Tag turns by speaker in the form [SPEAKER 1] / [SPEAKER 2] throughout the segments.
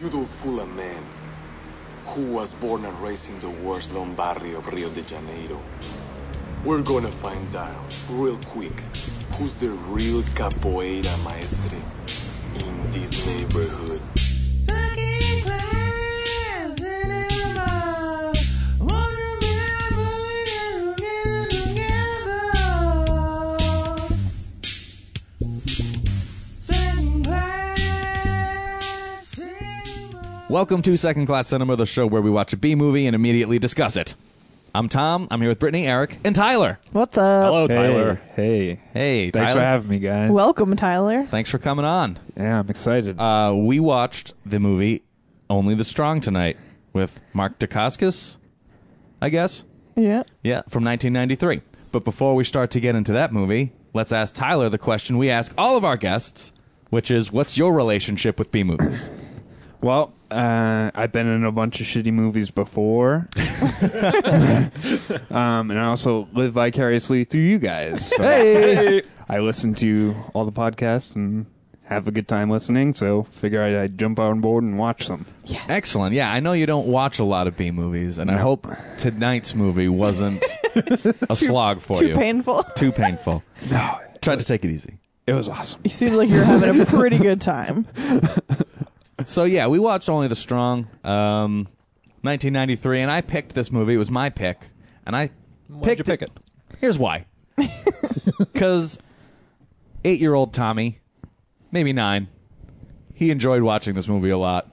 [SPEAKER 1] You don't fool a man who was born and raised in the worst lone barrio of Rio de Janeiro. We're gonna find out real quick who's the real capoeira maestre in this neighborhood.
[SPEAKER 2] Fucking class and ever. Won't you never get it together? Second class cinema.
[SPEAKER 3] Welcome to Second Class Cinema, the show where we watch a B movie and immediately discuss it. I'm Tom. I'm here with Brittany, Eric, and Tyler.
[SPEAKER 4] What's up?
[SPEAKER 3] Hello, Tyler.
[SPEAKER 5] Hey.
[SPEAKER 3] Hey,
[SPEAKER 5] Thanks
[SPEAKER 3] Tyler.
[SPEAKER 5] for having me, guys.
[SPEAKER 4] Welcome, Tyler.
[SPEAKER 3] Thanks for coming on.
[SPEAKER 5] yeah, I'm excited.
[SPEAKER 3] Uh, we watched the movie Only the Strong tonight with Mark Dacascos, I guess.
[SPEAKER 4] Yeah.
[SPEAKER 3] Yeah, from 1993. But before we start to get into that movie, let's ask Tyler the question we ask all of our guests, which is, what's your relationship with B movies?
[SPEAKER 5] well, uh, I've been in a bunch of shitty movies before, um, and I also live vicariously through you guys. So hey, I listen to all the podcasts and have a good time listening. So figure I'd, I'd jump on board and watch them.
[SPEAKER 4] Yes.
[SPEAKER 3] Excellent. Yeah, I know you don't watch a lot of B movies, and I
[SPEAKER 5] No.
[SPEAKER 3] hope tonight's movie wasn't a slog for
[SPEAKER 4] Too
[SPEAKER 3] you.
[SPEAKER 4] painful.
[SPEAKER 3] Too painful.
[SPEAKER 5] No,
[SPEAKER 3] Tried to take it easy.
[SPEAKER 5] it was awesome.
[SPEAKER 4] you seem like you're having a pretty good time.
[SPEAKER 3] So yeah, we watched Only the Strong, um, 1993, and I picked this movie. It was my pick, and I picked
[SPEAKER 5] you pick it?
[SPEAKER 3] Here's why. Because eight-year-old Tommy, maybe nine, he enjoyed watching this movie a lot.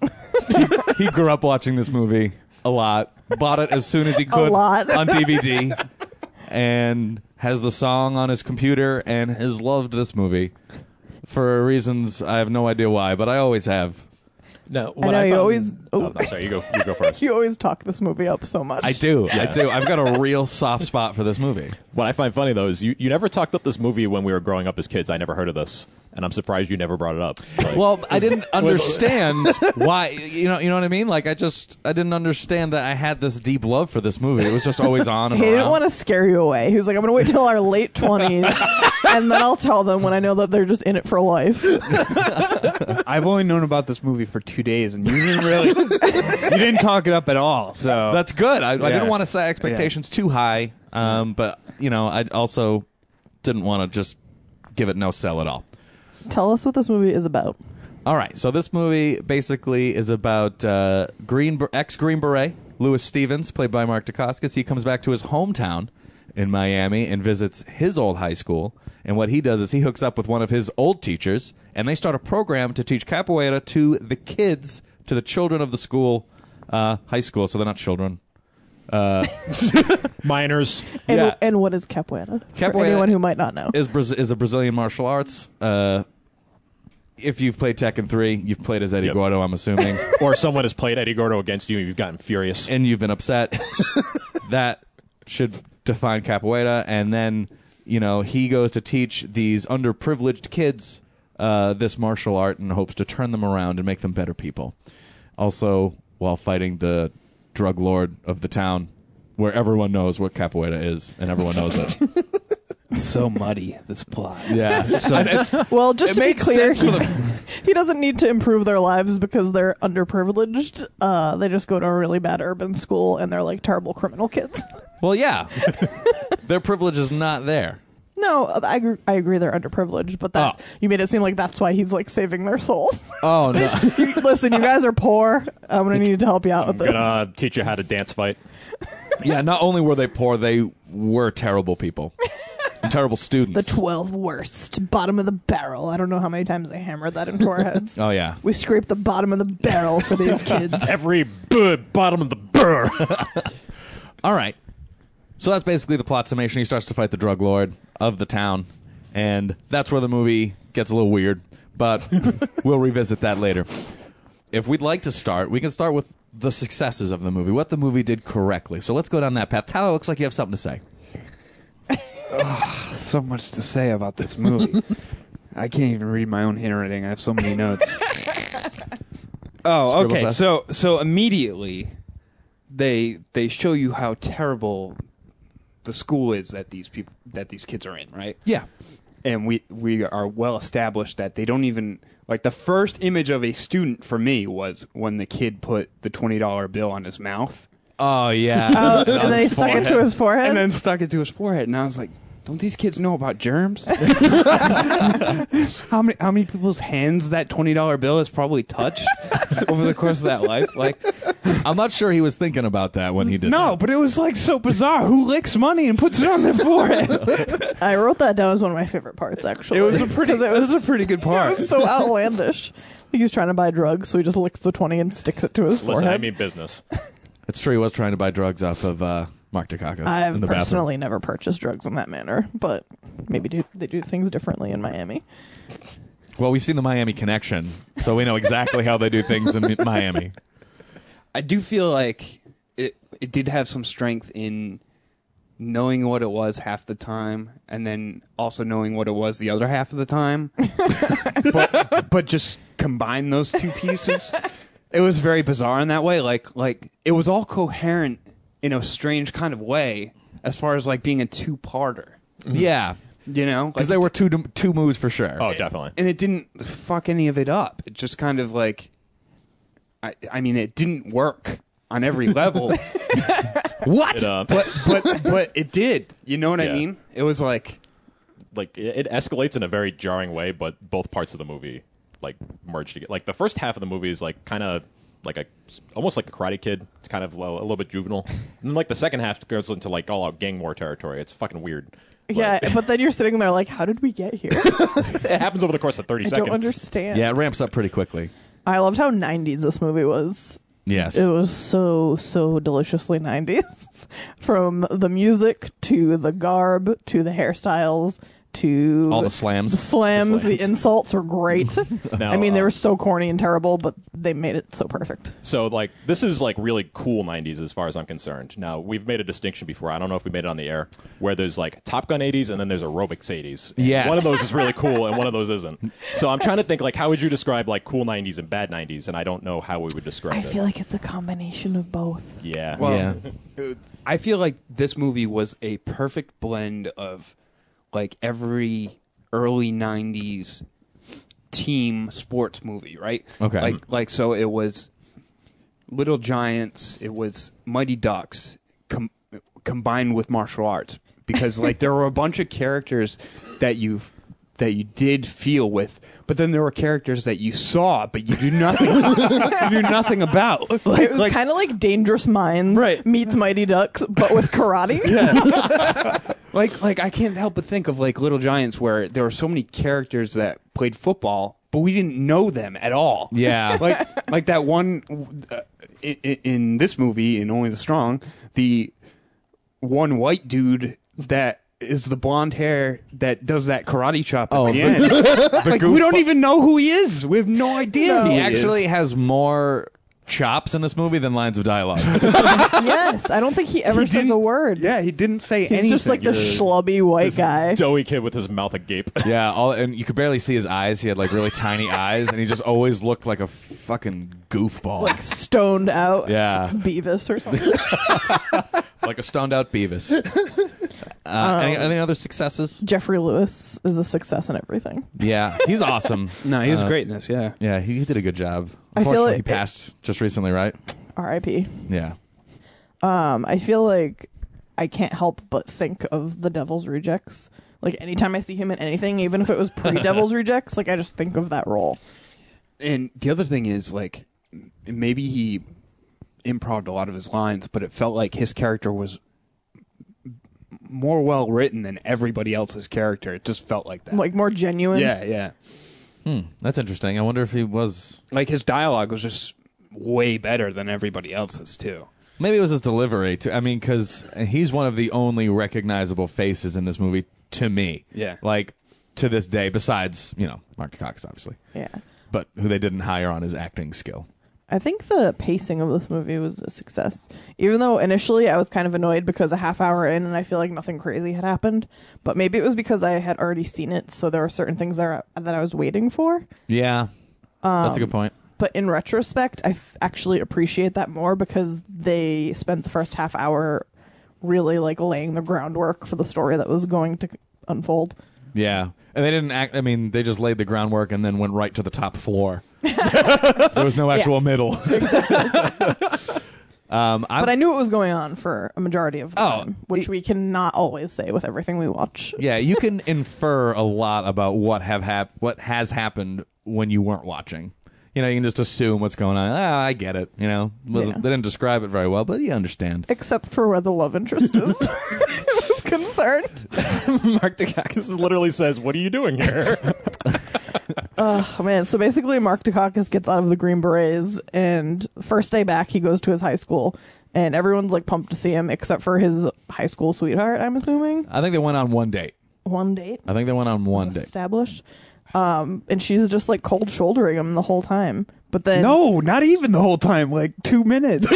[SPEAKER 3] he, he grew up watching this movie a lot. Bought it as soon as he could
[SPEAKER 4] lot.
[SPEAKER 3] on DVD, and has the song on his computer, and has loved this movie for reasons I have no idea why, but I always have.
[SPEAKER 6] No,
[SPEAKER 4] I
[SPEAKER 6] what
[SPEAKER 4] know
[SPEAKER 6] I
[SPEAKER 4] you
[SPEAKER 6] found-
[SPEAKER 4] always-
[SPEAKER 6] Oh,
[SPEAKER 4] oh.
[SPEAKER 6] I'm sorry. You go. You go first.
[SPEAKER 4] You always talk this movie up so much.
[SPEAKER 3] I do. I do. I've got a real soft spot for this movie.
[SPEAKER 6] What I find funny though is you, you never talked up this movie when we were growing up as kids. I never heard of this, and I'm surprised you never brought it up. Like,
[SPEAKER 3] Well, I didn't understand why. You know. You know what I mean? Like, I just I didn't understand that I had this deep love for this movie. It was just always on. And
[SPEAKER 4] He didn't
[SPEAKER 3] around.
[SPEAKER 4] want to scare you away. He was like, I'm going to wait till our late 20s, and then I'll tell them when I know that they're just in it for life.
[SPEAKER 5] I've only known about this movie for two days, and you didn't really, you didn't talk it up at all. So
[SPEAKER 3] That's good. I, I
[SPEAKER 5] Yeah.
[SPEAKER 3] didn't want to set expectations too high. Um, but you know, I also didn't want to just give it no sell at all.
[SPEAKER 4] tell us what this movie is about.
[SPEAKER 3] All right. So this movie basically is about uh, Green ex Green Beret Lewis Stevens, played by Mark Dacascos. He comes back to his hometown in Miami and visits his old high school. And what he does is he hooks up with one of his old teachers, and they start a program to teach capoeira to the kids, to the children of the school, uh, high school. So they're not children.
[SPEAKER 6] minors.
[SPEAKER 4] And,
[SPEAKER 3] Yeah.
[SPEAKER 4] and what is capoeira? For
[SPEAKER 3] Capoeira-
[SPEAKER 4] anyone who might not know.
[SPEAKER 3] is Braz- is a Brazilian martial arts. Uh, if you've played Tekken three, you've played as Eddie
[SPEAKER 6] Yep.
[SPEAKER 3] Gordo, I'm assuming,
[SPEAKER 6] Or someone has played Eddie Gordo against you, and you've gotten furious.
[SPEAKER 3] and you've been upset. that should define capoeira. And then you know he goes to teach these underprivileged kids uh, this martial art and hopes to turn them around and make them better people. Also, while fighting the drug lord of the town, where everyone knows what capoeira is and everyone knows it.
[SPEAKER 5] so muddy this plot.
[SPEAKER 3] yeah, so it's,
[SPEAKER 4] well, just
[SPEAKER 3] it
[SPEAKER 4] to be
[SPEAKER 3] makes
[SPEAKER 4] clear,
[SPEAKER 3] sense
[SPEAKER 4] he,
[SPEAKER 3] for the
[SPEAKER 4] he doesn't need to improve their lives because they're underprivileged. Uh, they just go to a really bad urban school, and they're like terrible criminal kids.
[SPEAKER 3] Well, yeah. Their privilege is not there.
[SPEAKER 4] No, I agree, I agree they're underprivileged, but that
[SPEAKER 3] Oh.
[SPEAKER 4] you made it seem like that's why he's like saving their souls.
[SPEAKER 3] Oh, no.
[SPEAKER 4] You- Listen, you guys are poor. I'm gonna need to help you out with
[SPEAKER 6] I'm
[SPEAKER 4] this.
[SPEAKER 6] gonna teach you how to dance fight.
[SPEAKER 3] yeah, not only were they poor, they were terrible people. And terrible
[SPEAKER 4] The
[SPEAKER 3] students.
[SPEAKER 4] twelve worst, bottom of the barrel. I don't know how many times they hammered that into our heads.
[SPEAKER 3] oh, yeah.
[SPEAKER 4] We scrape the bottom of the barrel for these kids.
[SPEAKER 6] Every b- bottom of the burr.
[SPEAKER 3] All right. So that's basically the plot summation. He starts to fight the drug lord of the town, and that's where the movie gets a little weird, but we'll revisit that later. If we'd like to start, we can start with the successes of the movie, what the movie did correctly. So let's go down that path. Tyler, looks like you have something to say.
[SPEAKER 5] so much to say about this movie. I can't even read my own handwriting. I have so many notes. oh,
[SPEAKER 3] Scribble
[SPEAKER 5] okay.
[SPEAKER 3] fast.
[SPEAKER 5] So so immediately they they show you how terrible the school is that these people that these kids are in, right?
[SPEAKER 3] Yeah.
[SPEAKER 5] and we we are well established that they don't even like the first image of a student for me was when the kid put the twenty dollar bill on his mouth
[SPEAKER 3] Oh yeah.
[SPEAKER 4] Oh, and then he stuck it to his forehead.
[SPEAKER 5] and then stuck it to his forehead, and I was like. Don't these kids know about germs? how many how many people's hands that twenty dollar bill has probably touched over the course of that life? Like,
[SPEAKER 3] I'm not sure he was thinking about that when he did.
[SPEAKER 5] no, but it was like so bizarre. Who licks money and puts it on their forehead?
[SPEAKER 4] I wrote that down as one of my favorite parts. Actually,
[SPEAKER 5] It was a pretty.
[SPEAKER 4] 'Cause it
[SPEAKER 5] it was a pretty good
[SPEAKER 4] it
[SPEAKER 5] part.
[SPEAKER 4] was so outlandish. He was trying to buy drugs, so he just licks the twenty and sticks it to his
[SPEAKER 6] Listen, I
[SPEAKER 4] forehead.
[SPEAKER 6] mean business.
[SPEAKER 3] that. It's true. He was trying to buy drugs off of uh, Mark Dukakis
[SPEAKER 4] I've
[SPEAKER 3] in the bathroom.
[SPEAKER 4] personally never purchased drugs in that manner, but maybe do, they do things differently in Miami.
[SPEAKER 3] Well, we've seen the Miami Connection, so we know exactly how they do things in Miami.
[SPEAKER 5] I do feel like it. It did have some strength in knowing what it was half the time, and then also knowing what it was the other half of the time. but, but just combine those two pieces. It was very bizarre in that way. Like like it was all coherent in a strange kind of way, as far as like being a two parter.
[SPEAKER 3] yeah,
[SPEAKER 5] You know,
[SPEAKER 3] Mm-hmm. because
[SPEAKER 5] like,
[SPEAKER 3] there were two two moves for sure.
[SPEAKER 6] Oh, definitely.
[SPEAKER 5] and it didn't fuck any of it up. It just kind of like, I, I mean, it didn't work on every level,
[SPEAKER 3] what?
[SPEAKER 6] It, uh,
[SPEAKER 5] but but but it did. You know what I
[SPEAKER 6] Yeah.
[SPEAKER 5] mean? It was like,
[SPEAKER 6] like it, it escalates in a very jarring way, but both parts of the movie like merge together. Like the first half of the movie is like kind of like a almost like a Karate Kid. It's kind of lo- a little bit juvenile, and then, like the second half goes into like all out gang war territory. It's fucking weird. But
[SPEAKER 4] yeah, but then you're sitting there like, how did we get here?
[SPEAKER 6] it happens over the course of thirty
[SPEAKER 4] I
[SPEAKER 6] seconds.
[SPEAKER 4] don't understand.
[SPEAKER 3] Yeah, it ramps up pretty quickly.
[SPEAKER 4] I loved how 90s this movie was.
[SPEAKER 3] Yes.
[SPEAKER 4] It was so, so deliciously 90s. From the music to the garb to the hairstyles to
[SPEAKER 3] All the slams.
[SPEAKER 4] The slams, the,
[SPEAKER 6] The slams.
[SPEAKER 4] insults were great. I mean, they
[SPEAKER 6] uh,
[SPEAKER 4] were so corny and terrible, but they made it so perfect.
[SPEAKER 6] So like this is like really cool 90s as far as I'm concerned. Now we've made a distinction before. I don't know if we made it on the air where there's like Top Gun 80s and then there's aerobics 80s. And
[SPEAKER 3] Yes.
[SPEAKER 6] One of those is really cool and one of those isn't. So I'm trying to think like how would you describe like cool 90s and bad 90s and I don't know how we would describe
[SPEAKER 4] I
[SPEAKER 6] it.
[SPEAKER 4] feel like it's a combination of both.
[SPEAKER 6] yeah.
[SPEAKER 5] well, it- I feel like this movie was a perfect blend of like every early '90s team sports movie, right?
[SPEAKER 3] Okay.
[SPEAKER 5] Like like so, it was Little Giants, it was Mighty Ducks com- combined with martial arts because like there were a bunch of characters that you that you did feel with, but then there were characters that you saw but you do nothing you do nothing about. Like,
[SPEAKER 4] It was kind of like Dangerous Minds
[SPEAKER 5] Right.
[SPEAKER 4] meets Mighty Ducks, but with karate.
[SPEAKER 5] like like I can't help but think of like Little Giants where there were so many characters that played football, but we didn't know them at all.
[SPEAKER 3] Yeah.
[SPEAKER 5] like like that one uh, in, in this movie in Only the Strong, the one white dude that is the blonde hair that does that karate chop at
[SPEAKER 3] Oh,
[SPEAKER 5] the
[SPEAKER 3] the-
[SPEAKER 5] end. like we don't even know who he is. We have no idea. who
[SPEAKER 3] he
[SPEAKER 5] he Oh, is.
[SPEAKER 3] actually has more chops in this movie than lines of dialogue.
[SPEAKER 4] yes, I don't think he ever
[SPEAKER 5] He
[SPEAKER 4] says a
[SPEAKER 5] didn't-
[SPEAKER 4] word.
[SPEAKER 5] Yeah, he didn't say
[SPEAKER 4] He's
[SPEAKER 5] anything.
[SPEAKER 4] just like the schlubby white guy.
[SPEAKER 6] Doughy kid with his mouth agape.
[SPEAKER 3] yeah, all, and you could barely see his eyes. He had like really tiny eyes, and he just always looked like a fucking goofball,
[SPEAKER 4] Like stoned out
[SPEAKER 3] Yeah.
[SPEAKER 4] Beavis or something.
[SPEAKER 3] like a stoned out Beavis. Uh, any, any other successes?
[SPEAKER 4] Jeffrey Lewis is a success in everything.
[SPEAKER 3] Yeah, he's awesome.
[SPEAKER 5] no, he was
[SPEAKER 3] Uh,
[SPEAKER 5] great in this. Yeah,
[SPEAKER 3] Yeah, he, he did a good job.
[SPEAKER 4] I feel
[SPEAKER 3] Unfortunately,
[SPEAKER 4] like
[SPEAKER 3] he passed just recently, right?
[SPEAKER 4] R.I.P.
[SPEAKER 3] Yeah.
[SPEAKER 4] Um, I feel like I can't help but think of the Devil's Rejects. Like anytime I see him in anything, even if it was pre Devil's Rejects, like I just think of that role.
[SPEAKER 5] And the other thing is, like, m- maybe he improved a lot of his lines, but it felt like his character was m- more well written than everybody else's character. It just felt like that.
[SPEAKER 4] Like more genuine.
[SPEAKER 5] yeah, yeah.
[SPEAKER 3] Hmm, that's interesting. I wonder if he was.
[SPEAKER 5] Like his dialogue was just way better than everybody else's too.
[SPEAKER 3] Maybe it was his delivery. Too. I mean, because he's one of the only recognizable faces in this movie to me.
[SPEAKER 5] Yeah.
[SPEAKER 3] Like to this day, besides you know Mark Cox, obviously,
[SPEAKER 4] Yeah.
[SPEAKER 3] but who they didn't hire on his acting skill.
[SPEAKER 4] I think the pacing of this movie was a success. Even though initially I was kind of annoyed because a half hour in and I feel like nothing crazy had happened, but maybe it was because I had already seen it, so there were certain things that I, that I was waiting for.
[SPEAKER 3] Yeah. that's a good point.
[SPEAKER 4] But in retrospect, I f- actually appreciate that more because they spent the first half hour really like laying the groundwork for the story that was going to unfold.
[SPEAKER 3] Yeah, and they didn't act. I mean, they just laid the groundwork and then went right to the top floor. there was no actual middle. um, I,
[SPEAKER 4] But I knew what was going on for a majority of the
[SPEAKER 3] Oh,
[SPEAKER 4] time, which we cannot always say with everything we watch.
[SPEAKER 3] yeah, you can infer a lot about what have hap- what has happened when you weren't watching. You know, you can just assume what's going on. Ah, I get it. You know, Wasn't-
[SPEAKER 4] Yeah.
[SPEAKER 3] they didn't describe it very well, but you understand.
[SPEAKER 4] Except for where the love interest is. I was concerned.
[SPEAKER 6] Mark Dukakis literally says, "What are you doing here?"
[SPEAKER 4] Oh man, so basically Mark Dukakis gets out of the Green Berets and first day back he goes to his high school and everyone's like pumped to see him except for his high school sweetheart, I'm assuming.
[SPEAKER 3] I think they went on one date.
[SPEAKER 4] One date.
[SPEAKER 3] I think they went on one date.
[SPEAKER 4] Established. Um and she's just like cold shouldering him the whole time. But then
[SPEAKER 5] No, not even the whole time. Like two minutes.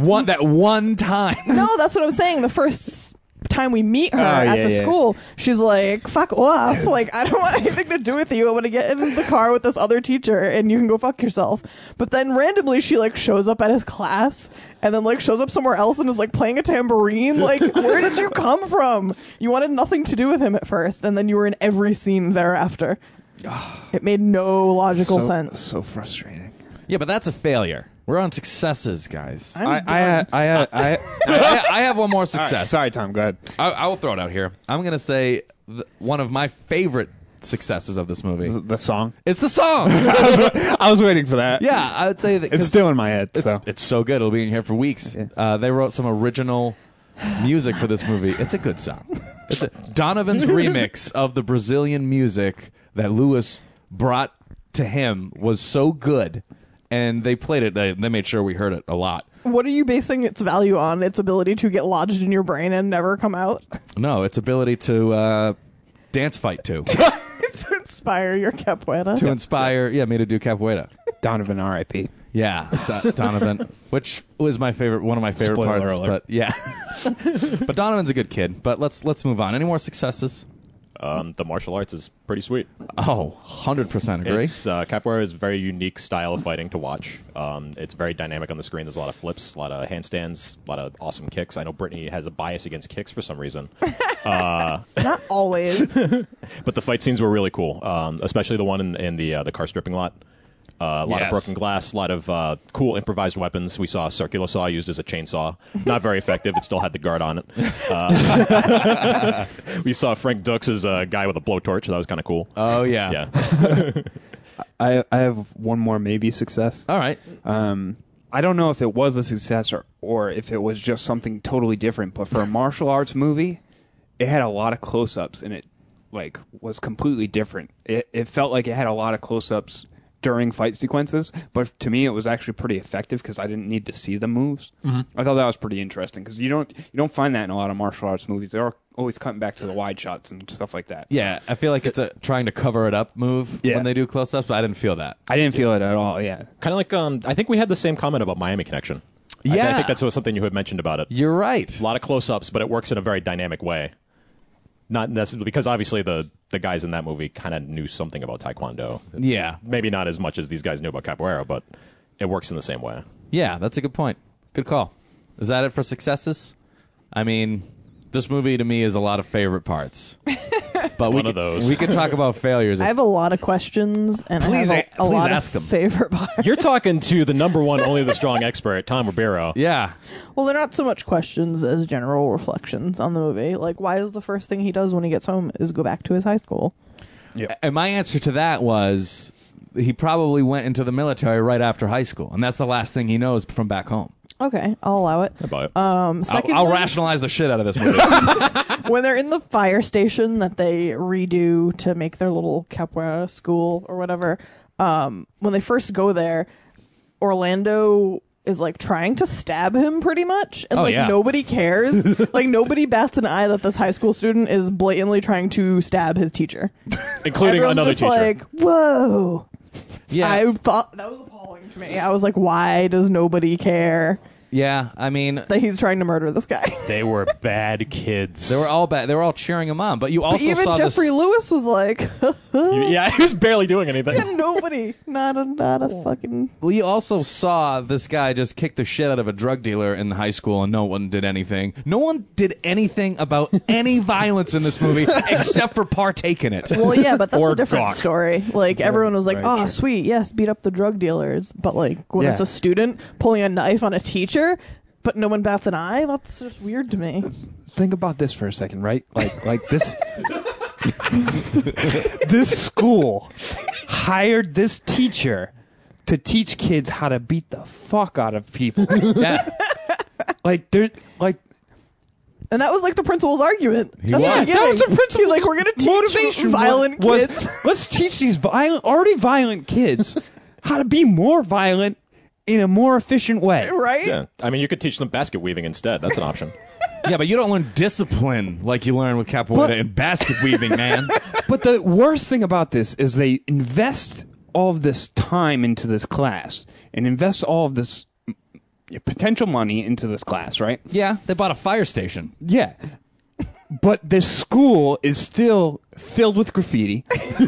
[SPEAKER 3] One that one time.
[SPEAKER 4] No, that's what I'm saying. The first time we meet her at
[SPEAKER 5] Ah, yeah,
[SPEAKER 4] the
[SPEAKER 5] yeah.
[SPEAKER 4] school, she's like, "Fuck off! Like, I don't want anything to do with you. I'm gonna get in the car with this other teacher, and you can go fuck yourself." But then randomly, she like shows up at his class, and then like shows up somewhere else and is like playing a tambourine. Like, where did you come from? You wanted nothing to do with him at first, and then you were in every scene thereafter. It made no logical
[SPEAKER 5] so,
[SPEAKER 4] sense.
[SPEAKER 5] So frustrating.
[SPEAKER 3] yeah, but that's a failure. We're on successes, guys. I,
[SPEAKER 5] I, I, I, I, I,
[SPEAKER 3] I, I have one more success.
[SPEAKER 5] sorry, Tom. Go ahead.
[SPEAKER 3] I, I will throw it out here. I'm going to say th- one of my favorite successes of this movie.
[SPEAKER 5] The song.
[SPEAKER 3] It's the song.
[SPEAKER 5] I was waiting for that.
[SPEAKER 3] yeah, I would say that 'cause
[SPEAKER 5] it's still in my head.
[SPEAKER 3] it's,
[SPEAKER 5] so
[SPEAKER 3] it's so good. It'll be in here for weeks. Uh, they wrote some original music for this movie. It's a good song. It's a, Donovan's remix of the Brazilian music that Lewis brought to him was so good, and they played it. They, they made sure we heard it a lot.
[SPEAKER 4] What are you basing its value on? Its ability to get lodged in your brain and never come out?
[SPEAKER 3] No, its ability to uh, dance fight to
[SPEAKER 4] to inspire your capoeira.
[SPEAKER 3] to inspire yeah me to do capoeira.
[SPEAKER 5] Donovan, R.I.P.
[SPEAKER 3] Yeah, Do- Donovan, which was my favorite, one of my favorite
[SPEAKER 5] Spoiler
[SPEAKER 3] parts.
[SPEAKER 5] alert.
[SPEAKER 3] But yeah, but Donovan's a good kid. But let's let's move on. Any more successes?
[SPEAKER 6] um, the martial arts is pretty sweet.
[SPEAKER 3] Oh, 100% agree.
[SPEAKER 6] It's uh, capoeira is a very unique style of fighting to watch. Um, it's very dynamic on the screen. There's a lot of flips, a lot of handstands, a lot of awesome kicks. I know Brittany has a bias against kicks for some reason,
[SPEAKER 4] Not always.
[SPEAKER 6] but the fight scenes were really cool, um, especially the one in, in the uh, the car stripping lot. Uh, a lot
[SPEAKER 3] Yes.
[SPEAKER 6] of broken glass, a lot of uh, cool improvised weapons. We saw a circular saw used as a chainsaw. Not very effective. It still had the guard on it. Uh, we saw Frank Dux as a guy with a blowtorch. That was kind of cool.
[SPEAKER 3] oh yeah.
[SPEAKER 6] yeah.
[SPEAKER 5] I, I have one more maybe success.
[SPEAKER 3] All right.
[SPEAKER 5] Um, I don't know if it was a success or, or if it was just something totally different, but for a martial arts movie, it had a lot of close ups and it like was completely different. It, it felt like it had a lot of close ups during fight sequences, but to me it was actually pretty effective because I didn't need to see the moves. I thought that was pretty interesting because you don't you don't find that in a lot of martial arts movies. They're always cutting back to the wide shots and stuff like that.
[SPEAKER 3] Yeah, I feel like it's a trying to cover it up move
[SPEAKER 5] Yeah.
[SPEAKER 3] when they do close ups, but I didn't feel that.
[SPEAKER 5] I didn't feel it at all. Yeah,
[SPEAKER 6] Kind of like um, I think we had the same comment about Miami Connection. I thi- I,
[SPEAKER 3] Yeah.
[SPEAKER 6] think that's what- something you had mentioned about it.
[SPEAKER 3] You're right.
[SPEAKER 6] A lot of close-ups, but it works in a very dynamic way. Not necessarily because obviously the the guys in that movie kind of knew something about Taekwondo.
[SPEAKER 3] Yeah.
[SPEAKER 6] Maybe not as much as these guys knew about capoeira, but it works in the same way.
[SPEAKER 3] Yeah, that's a good point. Good call. Is that it for successes? I mean, this movie to me is a lot of favorite parts. But we
[SPEAKER 6] one
[SPEAKER 3] could,
[SPEAKER 6] of those.
[SPEAKER 3] we could talk about failures.
[SPEAKER 4] I have a lot of questions and
[SPEAKER 3] Please
[SPEAKER 4] I have
[SPEAKER 3] a-
[SPEAKER 4] a, a
[SPEAKER 3] please
[SPEAKER 4] lot
[SPEAKER 3] ask 'em.
[SPEAKER 4] of favorite parts.
[SPEAKER 6] You're talking to the number one, only the strong expert, Tom Ribeiro.
[SPEAKER 3] yeah.
[SPEAKER 4] Well, they're not so much questions as general reflections on the movie. Like, why is the first thing he does when he gets home is go back to his high school?
[SPEAKER 3] And my answer to that was he probably went into the military right after high school, and that's the last thing he knows from back home.
[SPEAKER 4] Okay, I'll allow it.
[SPEAKER 6] About
[SPEAKER 4] Um,
[SPEAKER 3] I'll,
[SPEAKER 4] second,
[SPEAKER 3] I'll rationalize the shit out of this movie.
[SPEAKER 4] when they're in the fire station that they redo to make their little capoeira school or whatever, um, when they first go there, Orlando is like trying to stab him pretty much, and
[SPEAKER 3] Oh,
[SPEAKER 4] like
[SPEAKER 3] yeah.
[SPEAKER 4] nobody cares. like nobody bats an eye that this high school student is blatantly trying to stab his teacher,
[SPEAKER 6] including
[SPEAKER 4] Everyone's
[SPEAKER 6] another
[SPEAKER 4] just
[SPEAKER 6] teacher.
[SPEAKER 4] Like, whoa!
[SPEAKER 3] yeah.
[SPEAKER 4] I thought that was appalling to me. I was like, why does nobody care?
[SPEAKER 3] Yeah, I mean,
[SPEAKER 4] that he's trying to murder this guy.
[SPEAKER 6] They were bad kids.
[SPEAKER 3] they were all bad. They were all cheering him on, but you also
[SPEAKER 4] But even
[SPEAKER 3] saw
[SPEAKER 4] Jeffrey
[SPEAKER 3] this.
[SPEAKER 4] Lewis was like,
[SPEAKER 6] yeah, he was barely doing anything.
[SPEAKER 4] nobody, not a, not a fucking.
[SPEAKER 3] Well, you also saw this guy just kick the shit out of a drug dealer in the high school, and no one did anything. No one did anything about any violence in this movie except for partake in it.
[SPEAKER 4] Well, yeah, but that's
[SPEAKER 6] Or
[SPEAKER 4] a different
[SPEAKER 6] gawk.
[SPEAKER 4] story. Like everyone was like,
[SPEAKER 5] Right,
[SPEAKER 4] "Oh,
[SPEAKER 5] sure.
[SPEAKER 4] sweet, yes, beat up the drug dealers," but like when
[SPEAKER 5] Yeah.
[SPEAKER 4] it's a student pulling a knife on a teacher, but no one bats an eye. That's just weird to me.
[SPEAKER 5] think about this for a second, right? Like like this this school hired this teacher to teach kids how to beat the fuck out of people.
[SPEAKER 3] Yeah.
[SPEAKER 5] Like they're like
[SPEAKER 4] And that was like the principal's argument. He
[SPEAKER 3] was.
[SPEAKER 5] Yeah, that was the
[SPEAKER 4] He's like, "We're gonna teach
[SPEAKER 5] motivation
[SPEAKER 4] violent
[SPEAKER 5] was,
[SPEAKER 4] kids."
[SPEAKER 5] let's teach these violent already violent kids how to be more violent in a more efficient way.
[SPEAKER 4] Right?
[SPEAKER 6] Yeah. I mean, you could teach them basket weaving instead. That's an option.
[SPEAKER 3] Yeah, but you don't learn discipline like you learn with capoeira
[SPEAKER 5] But-
[SPEAKER 3] and basket weaving, man.
[SPEAKER 5] But the worst thing about this is they invest all of this time into this class and invest all of this mm, potential money into this class, right?
[SPEAKER 3] yeah, they bought a fire station.
[SPEAKER 5] Yeah. But this school is still filled with graffiti.
[SPEAKER 4] It's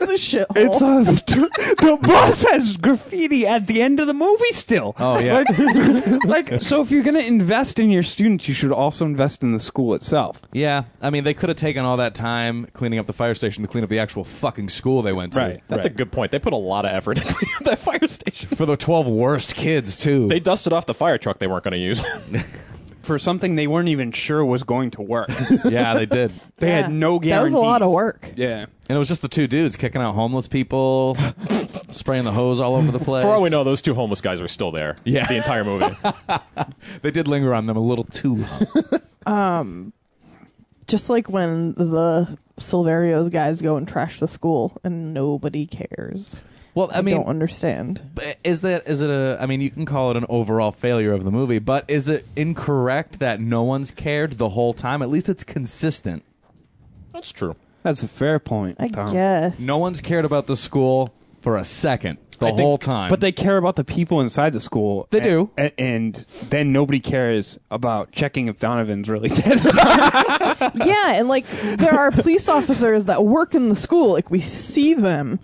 [SPEAKER 4] a shithole.
[SPEAKER 5] It's a, the bus has graffiti at the end of the movie still.
[SPEAKER 3] Oh, yeah.
[SPEAKER 5] Like, like, so if you're going to invest in your students, you should also invest in the school itself.
[SPEAKER 3] Yeah, I mean, they could have taken all that time cleaning up the fire station to clean up the actual fucking school they went to.
[SPEAKER 5] Right.
[SPEAKER 6] That's a good point. They put a lot of effort into that fire station.
[SPEAKER 3] For the 12 worst kids, too.
[SPEAKER 6] They dusted off the fire truck they weren't going to use.
[SPEAKER 5] For something they weren't even sure was going to work.
[SPEAKER 3] yeah, they did.
[SPEAKER 5] They
[SPEAKER 4] Yeah.
[SPEAKER 5] had no guarantees.
[SPEAKER 4] That was a lot of work.
[SPEAKER 5] Yeah.
[SPEAKER 3] And it was just the two dudes kicking out homeless people, spraying the hose all over the place.
[SPEAKER 6] For all we know, those two homeless guys were still there.
[SPEAKER 3] Yeah.
[SPEAKER 6] the entire movie.
[SPEAKER 3] They did linger on them a little too long.
[SPEAKER 4] Just like when the Silverio's guys go and trash the school and nobody cares.
[SPEAKER 3] Well, I mean,
[SPEAKER 4] don't understand.
[SPEAKER 3] is that is it a? I mean, you can call it an overall failure of the movie, but is it incorrect that no one's cared the whole time? At least it's consistent.
[SPEAKER 6] That's true.
[SPEAKER 5] That's a fair point.
[SPEAKER 4] I
[SPEAKER 5] Tom.
[SPEAKER 4] guess
[SPEAKER 3] No one's cared about the school for a second the
[SPEAKER 5] I think-
[SPEAKER 3] whole time.
[SPEAKER 5] But they care about the people inside the school.
[SPEAKER 3] They
[SPEAKER 5] a-
[SPEAKER 3] do.
[SPEAKER 5] a- And, then nobody cares about checking if Donovan's really dead. or not.
[SPEAKER 4] yeah, and like there are police officers that work in the school. Like we see them,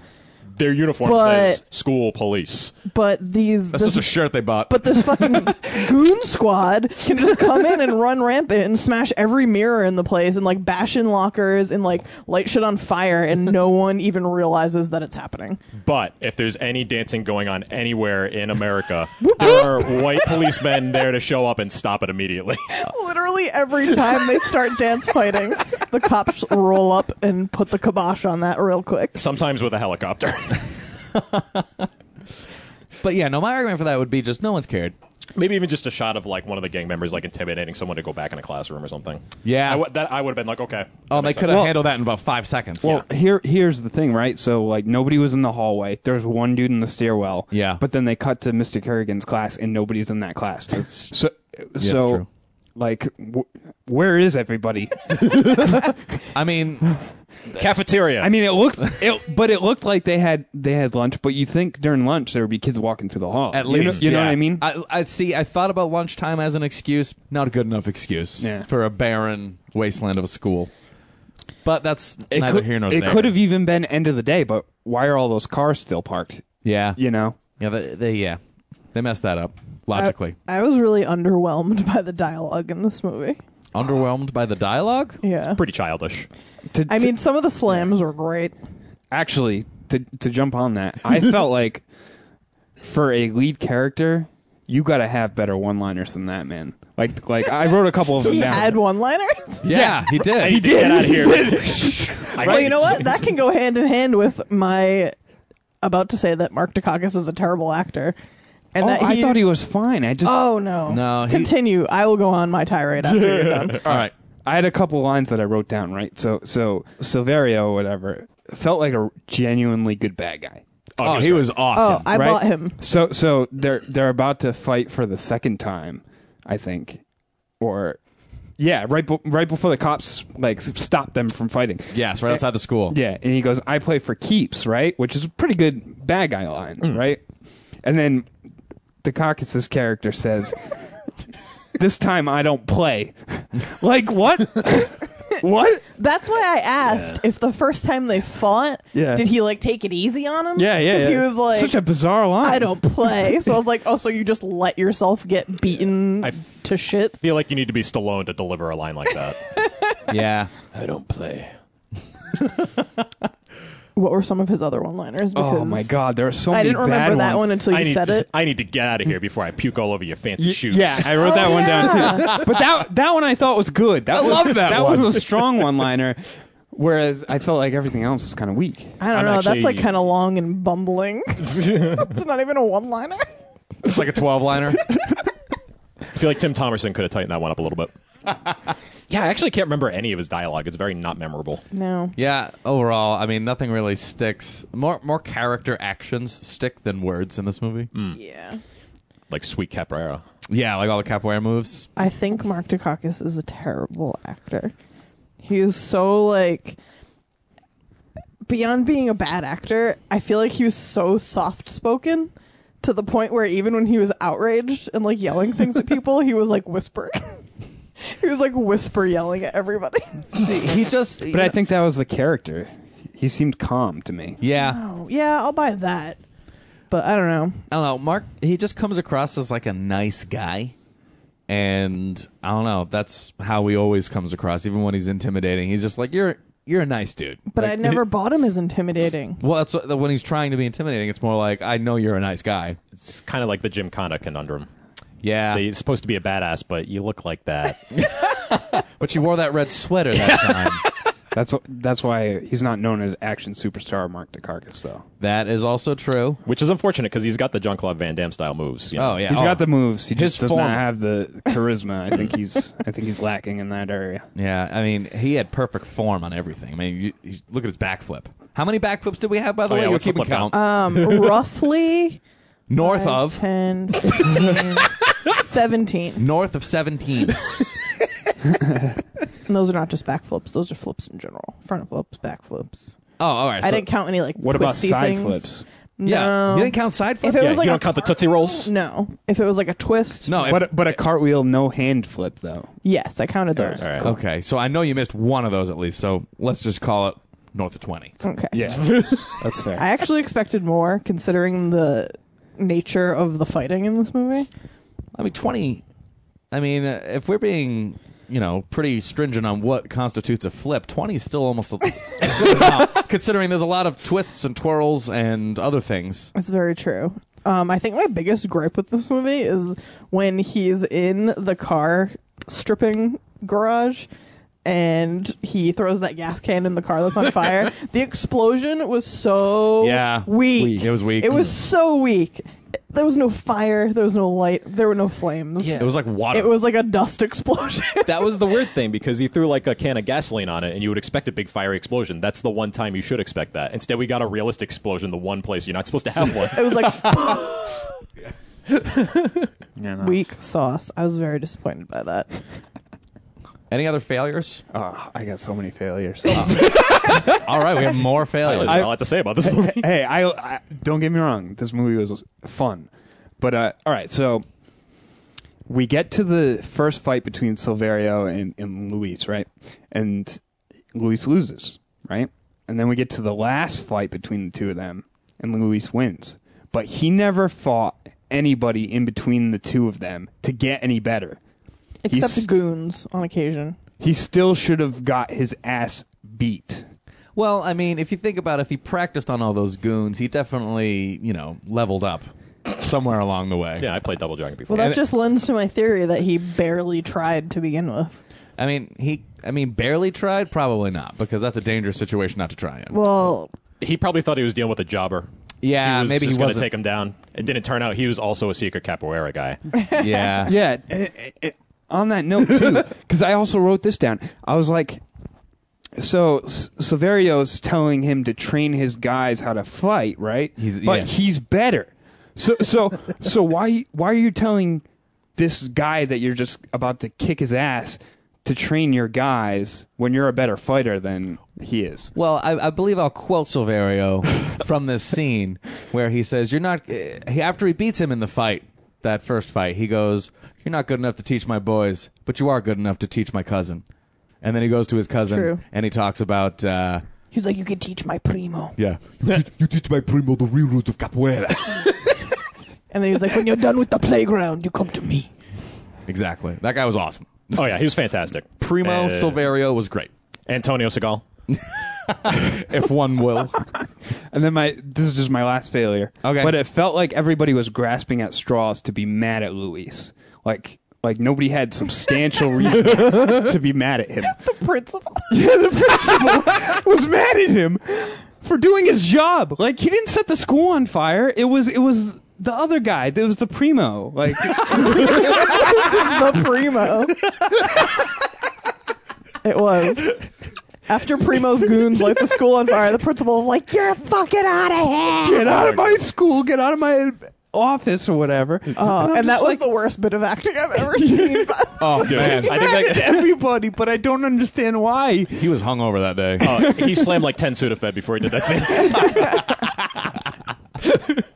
[SPEAKER 6] Their uniform
[SPEAKER 4] But-
[SPEAKER 6] says school police.
[SPEAKER 4] but these
[SPEAKER 3] that's
[SPEAKER 4] this,
[SPEAKER 3] just a shirt they bought.
[SPEAKER 4] but this fucking goon squad can just come in and run rampant and smash every mirror in the place and like bash in lockers and like light shit on fire and no one even realizes that it's happening.
[SPEAKER 6] But if there's any dancing going on anywhere in America, there are white policemen there to show up and stop it immediately.
[SPEAKER 4] Literally every time they start dance fighting, the cops roll up and put the kibosh on that real quick.
[SPEAKER 6] Sometimes with a helicopter.
[SPEAKER 3] But yeah, no, my argument for that would be just no one's cared.
[SPEAKER 6] Maybe even just a shot of like one of the gang members like intimidating someone to go back in a classroom or something.
[SPEAKER 3] Yeah.
[SPEAKER 6] I would- that I would have been like, okay.
[SPEAKER 3] Oh,
[SPEAKER 6] that
[SPEAKER 3] they
[SPEAKER 6] makes
[SPEAKER 3] could have
[SPEAKER 6] sense.
[SPEAKER 3] handled that in about five seconds.
[SPEAKER 5] well, here here's the thing, right? So like nobody was in the hallway. There's one dude in the stairwell.
[SPEAKER 3] Yeah.
[SPEAKER 5] But then they cut to Mr. Kerrigan's class, and nobody's in that class. so so
[SPEAKER 3] true.
[SPEAKER 5] like w- where is everybody?
[SPEAKER 3] I mean,
[SPEAKER 6] cafeteria.
[SPEAKER 5] I mean, it looked it, but it looked like they had they had lunch. But you think during lunch there would be kids walking through the hall?
[SPEAKER 3] at
[SPEAKER 5] You know-
[SPEAKER 3] least
[SPEAKER 5] you know,
[SPEAKER 3] yeah.
[SPEAKER 5] what I mean?
[SPEAKER 3] I, I see. I thought about lunchtime as an excuse. Not a good enough excuse
[SPEAKER 5] Yeah.
[SPEAKER 3] for a barren wasteland of a school. But that's
[SPEAKER 5] it
[SPEAKER 3] neither
[SPEAKER 5] could,
[SPEAKER 3] here nor
[SPEAKER 5] it
[SPEAKER 3] there.
[SPEAKER 5] could have even been end of the day, but why are all those cars still parked?
[SPEAKER 3] Yeah.
[SPEAKER 5] You know,
[SPEAKER 3] Yeah. They, they yeah. They messed that
[SPEAKER 5] Uh,
[SPEAKER 3] up logically.
[SPEAKER 4] I, I was really underwhelmed by the dialogue in this movie.
[SPEAKER 3] Underwhelmed by the dialogue.
[SPEAKER 4] Yeah.
[SPEAKER 6] pretty childish.
[SPEAKER 5] to,
[SPEAKER 4] I
[SPEAKER 5] to-
[SPEAKER 4] mean, some of the slams were great.
[SPEAKER 5] actually, to to jump on that, I felt like for a lead character, you got to have better one liners than that, man. Like like I wrote a couple of them
[SPEAKER 4] He
[SPEAKER 5] down.
[SPEAKER 4] had one-liners.
[SPEAKER 3] Yeah, he did.
[SPEAKER 6] I need to get out
[SPEAKER 3] Oh,
[SPEAKER 6] of here. I
[SPEAKER 4] Well, you know what? That can go hand in hand with my about to say that Mark Dukakis is a terrible actor, and
[SPEAKER 5] Oh,
[SPEAKER 4] that
[SPEAKER 5] I thought he was fine. I just
[SPEAKER 4] Oh no!
[SPEAKER 3] No, he-
[SPEAKER 4] Continue. I will go on my tirade after you're done.
[SPEAKER 3] All right.
[SPEAKER 5] I had a couple lines that I wrote down, right? So so Silverio, whatever, felt like a genuinely good bad guy.
[SPEAKER 3] Oh, he was awesome.
[SPEAKER 4] Oh, I
[SPEAKER 5] right?
[SPEAKER 4] bought him.
[SPEAKER 5] So so they're they're about to fight for the second time, I think, or yeah, right be- right before the cops like s- stop them from fighting.
[SPEAKER 3] yes, right outside the school.
[SPEAKER 5] Yeah, and he goes, "I play for keeps," right, which is a pretty Mm. good bad guy line, right? And then the Caucus's character says, This time I don't play. like what? what?
[SPEAKER 4] That's why I asked if the first time they fought,
[SPEAKER 5] Yeah.
[SPEAKER 4] did he like take it easy on him?
[SPEAKER 5] Yeah, yeah.
[SPEAKER 4] 'Cause
[SPEAKER 5] yeah.
[SPEAKER 4] He was like,
[SPEAKER 5] such a bizarre line.
[SPEAKER 4] I don't play. So I was like, oh, so you just let yourself get beaten
[SPEAKER 6] I f-
[SPEAKER 4] to shit?
[SPEAKER 6] feel like you need to be Stallone to deliver a line like that.
[SPEAKER 3] yeah.
[SPEAKER 6] I don't play.
[SPEAKER 4] What were some of his other one-liners?
[SPEAKER 5] Oh
[SPEAKER 4] Because
[SPEAKER 5] my god, there are so
[SPEAKER 4] I
[SPEAKER 5] many
[SPEAKER 4] didn't remember
[SPEAKER 5] bad
[SPEAKER 4] that
[SPEAKER 5] ones.
[SPEAKER 4] one until you
[SPEAKER 6] I need
[SPEAKER 4] said
[SPEAKER 6] to,
[SPEAKER 4] it.
[SPEAKER 6] I need to get out of here before I puke all over your fancy
[SPEAKER 5] Y-
[SPEAKER 6] shoes.
[SPEAKER 5] Yeah, I wrote that one down
[SPEAKER 4] Oh,
[SPEAKER 5] too. But that that one I thought was good. That I was,
[SPEAKER 3] loved that
[SPEAKER 5] was
[SPEAKER 3] one.
[SPEAKER 5] a strong one-liner. Whereas I felt like everything else was kind of weak.
[SPEAKER 4] I don't
[SPEAKER 6] I'm
[SPEAKER 4] know. That's like
[SPEAKER 6] actually-
[SPEAKER 4] kind of long and bumbling. it's not even a one-liner.
[SPEAKER 3] It's like a 12 liner.
[SPEAKER 6] I feel like Tim Thomerson could have tightened that one up a little bit. yeah, I actually can't remember any of his dialogue. It's very not memorable.
[SPEAKER 4] No.
[SPEAKER 3] yeah, overall, I mean, nothing really sticks. More more character actions stick than words in this movie.
[SPEAKER 5] Mm.
[SPEAKER 6] Hmm.
[SPEAKER 4] Yeah.
[SPEAKER 6] Like Sweet Caprera.
[SPEAKER 3] Yeah, like all the capoeira moves.
[SPEAKER 4] I think Mark Dukakis is a terrible actor. He is so like beyond being a bad actor, I feel like he was so soft spoken to the point where even when he was outraged and like yelling things at people, he was like whispering. he was like whisper yelling at everybody.
[SPEAKER 3] See, he just.
[SPEAKER 5] But I think that was the character. He seemed calm to me.
[SPEAKER 3] Yeah.
[SPEAKER 4] oh, yeah, I'll buy that. But I don't know.
[SPEAKER 3] I don't know. Mark, he just comes across as like a nice guy. And I don't know. That's how he always comes across, even when he's intimidating. He's just like, you're you're a nice dude.
[SPEAKER 4] But
[SPEAKER 3] Like,
[SPEAKER 4] I never bought him as intimidating.
[SPEAKER 3] Well, that's what, when he's trying to be intimidating. It's more like, I know you're a nice guy.
[SPEAKER 6] It's kind of like the Jim Conda conundrum.
[SPEAKER 3] Yeah.
[SPEAKER 6] He's supposed to be a badass, but you look like that.
[SPEAKER 3] but you wore that red sweater that time.
[SPEAKER 5] That's that's why he's not known as action superstar Mark Dacarcus though.
[SPEAKER 3] that is also true.
[SPEAKER 6] Which is unfortunate because he's got the Jean Claude Van Damme style moves. you know?
[SPEAKER 3] Oh, yeah.
[SPEAKER 5] He's got the moves. He
[SPEAKER 3] His
[SPEAKER 5] just does
[SPEAKER 3] form.
[SPEAKER 5] not have the charisma. I think he's I think he's lacking in that area.
[SPEAKER 3] Yeah, I mean, he had perfect form on everything. I mean, you, you, look at his backflip. How many backflips did we have, by the
[SPEAKER 6] Oh,
[SPEAKER 3] way?
[SPEAKER 6] yeah,
[SPEAKER 3] You're
[SPEAKER 6] what's the
[SPEAKER 3] keeping
[SPEAKER 6] flip
[SPEAKER 3] count.
[SPEAKER 4] Um roughly
[SPEAKER 3] north
[SPEAKER 4] five,
[SPEAKER 3] of
[SPEAKER 4] 10 15 17.
[SPEAKER 3] north of 17.
[SPEAKER 4] And those are not just back flips; those are flips in general. Front flips, back flips.
[SPEAKER 3] oh, all right.
[SPEAKER 4] I
[SPEAKER 3] so-
[SPEAKER 4] didn't count any like
[SPEAKER 5] What about
[SPEAKER 4] twisty
[SPEAKER 5] side
[SPEAKER 4] things.
[SPEAKER 5] flips?
[SPEAKER 3] Yeah.
[SPEAKER 4] No.
[SPEAKER 3] You didn't count side flips?
[SPEAKER 4] If it
[SPEAKER 6] Yeah,
[SPEAKER 4] was like
[SPEAKER 6] you
[SPEAKER 4] a
[SPEAKER 6] don't count the Tootsie Rolls?
[SPEAKER 4] No. If it was like a twist,
[SPEAKER 3] no, if-
[SPEAKER 5] But but a cartwheel no hand flip though.
[SPEAKER 4] Yes, I counted those.
[SPEAKER 6] All right.
[SPEAKER 3] Okay, so I know you missed one of those at least, so let's just call it north of 20.
[SPEAKER 4] Okay.
[SPEAKER 5] Yeah. that's fair.
[SPEAKER 4] I actually expected more considering the nature of the fighting in this movie.
[SPEAKER 3] I mean, 20. I mean, uh, if we're being, you know, pretty stringent on what constitutes a flip, 20 is still almost a a good amount, considering there's a lot of twists and twirls and other things.
[SPEAKER 4] That's very true. Um, I think my biggest gripe with this movie is when he's in the car stripping garage and he throws that gas can in the car that's on fire. the explosion was so
[SPEAKER 3] Yeah.
[SPEAKER 4] weak.
[SPEAKER 3] Weak. It was weak.
[SPEAKER 4] It was so weak. There was no fire. There was no light. There were no flames.
[SPEAKER 3] It was like water.
[SPEAKER 4] It was like a dust explosion.
[SPEAKER 6] That was the weird thing because he threw like a can of gasoline on it and you would expect a big fiery explosion. That's the one time you should expect that. Instead, we got a realistic explosion, the one place you're not supposed to have one.
[SPEAKER 4] it was like
[SPEAKER 5] Yeah, no.
[SPEAKER 4] weak sauce. I was very disappointed by that.
[SPEAKER 3] Any other failures?
[SPEAKER 5] Oh, I got so many failures. Um,
[SPEAKER 3] All right, we have more failures.
[SPEAKER 6] I, all I have to say about this movie.
[SPEAKER 5] hey, I, I don't get me wrong. This movie was fun, but uh, all right. So we get to the first fight between Silverio and, and Luis, right? And Luis loses, right? And then we get to the last fight between the two of them, and Luis wins. But he never fought anybody in between the two of them to get any better.
[SPEAKER 4] Except
[SPEAKER 5] He's-
[SPEAKER 4] goons on occasion.
[SPEAKER 5] He still should have got his ass beat.
[SPEAKER 3] well, I mean, if you think about it, if he practiced on all those goons, he definitely, you know, leveled up somewhere along the way.
[SPEAKER 6] Yeah, I played Double Dragon before.
[SPEAKER 4] Well, that
[SPEAKER 3] And it-
[SPEAKER 4] just lends to my theory that he barely tried to begin with.
[SPEAKER 3] I mean, he. I mean, barely tried. Probably not, because that's a dangerous situation not to try in.
[SPEAKER 4] Well,
[SPEAKER 6] he probably thought he was dealing with a jobber.
[SPEAKER 3] Yeah,
[SPEAKER 6] he was
[SPEAKER 3] maybe
[SPEAKER 6] just
[SPEAKER 3] he
[SPEAKER 6] gonna
[SPEAKER 3] wasn't.
[SPEAKER 6] take him down. It didn't turn out he was also a secret capoeira guy.
[SPEAKER 3] yeah,
[SPEAKER 5] Yeah. eh, eh, eh, on that note, too, because I also wrote this down. I was like, so S- Severio's telling him to train his guys how to fight, right?
[SPEAKER 3] He's-
[SPEAKER 5] but
[SPEAKER 3] yeah.
[SPEAKER 5] he's better. So so so why why are you telling this guy that you're just about to kick his ass to train your guys when you're a better fighter than he is?
[SPEAKER 3] Well, I, I believe I'll quote Silverio from this scene where he says, "You're not." eh, He, after he beats him in the fight, that first fight, he goes, "You're not good enough to teach my boys, but you are good enough to teach my cousin." And then he goes to his cousin
[SPEAKER 4] true.
[SPEAKER 3] and he talks about, uh,
[SPEAKER 4] He's like, you could teach my primo.
[SPEAKER 3] yeah,
[SPEAKER 7] you teach my primo the real root of capoeira.
[SPEAKER 4] And then he's like, when you're done with the playground, you come to me.
[SPEAKER 3] exactly. That guy was awesome.
[SPEAKER 6] Oh yeah, he was fantastic.
[SPEAKER 3] Primo
[SPEAKER 6] Uh,
[SPEAKER 3] Silverio was great,
[SPEAKER 6] Antonio Segal.
[SPEAKER 3] if one will.
[SPEAKER 5] And then my this is just my last failure.
[SPEAKER 3] Okay.
[SPEAKER 5] But it felt like everybody was grasping at straws to be mad at Luis. Like like nobody had substantial reason to be mad at him.
[SPEAKER 4] Principal.
[SPEAKER 5] was mad at him for doing his job. Like he didn't set the school on fire. It was it was the other guy. It was the primo. Like
[SPEAKER 4] the primo. it was. After Primo's goons light the school on fire, the principal's like, "You're fucking out of here!"
[SPEAKER 5] get out of Oh my school. Get out of my office or whatever.
[SPEAKER 4] Uh, and that was the worst bit of acting I've ever seen.
[SPEAKER 3] Oh man,
[SPEAKER 6] I think that,
[SPEAKER 5] everybody, but I don't understand why.
[SPEAKER 3] he was hungover that day.
[SPEAKER 6] uh, he slammed like ten Sudafed before he did that scene.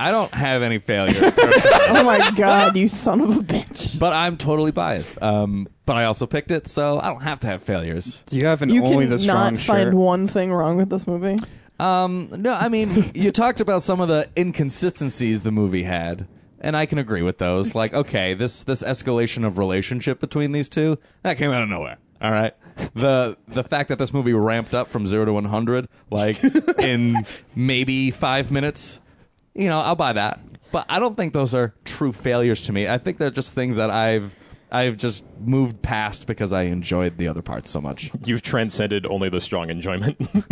[SPEAKER 3] I don't have any failures.
[SPEAKER 4] oh my god, you son of a bitch!
[SPEAKER 3] but I'm totally biased. Um, but I also picked it, so I don't have to have failures.
[SPEAKER 5] Do you have an
[SPEAKER 4] You
[SPEAKER 5] only
[SPEAKER 4] can
[SPEAKER 5] the strong
[SPEAKER 4] not find
[SPEAKER 5] shirt?
[SPEAKER 4] one thing wrong with this movie.
[SPEAKER 3] Um, no, I mean, you talked about some of the inconsistencies the movie had, and I can agree with those. Like, okay, this this escalation of relationship between these two that came out of nowhere. All right, the the fact that this movie ramped up from zero to one hundred, like in maybe five minutes, you know, I'll buy that. But I don't think those are true failures to me. I think they're just things that I've I've just moved past because I enjoyed the other parts so much.
[SPEAKER 6] You've transcended only the strong enjoyment.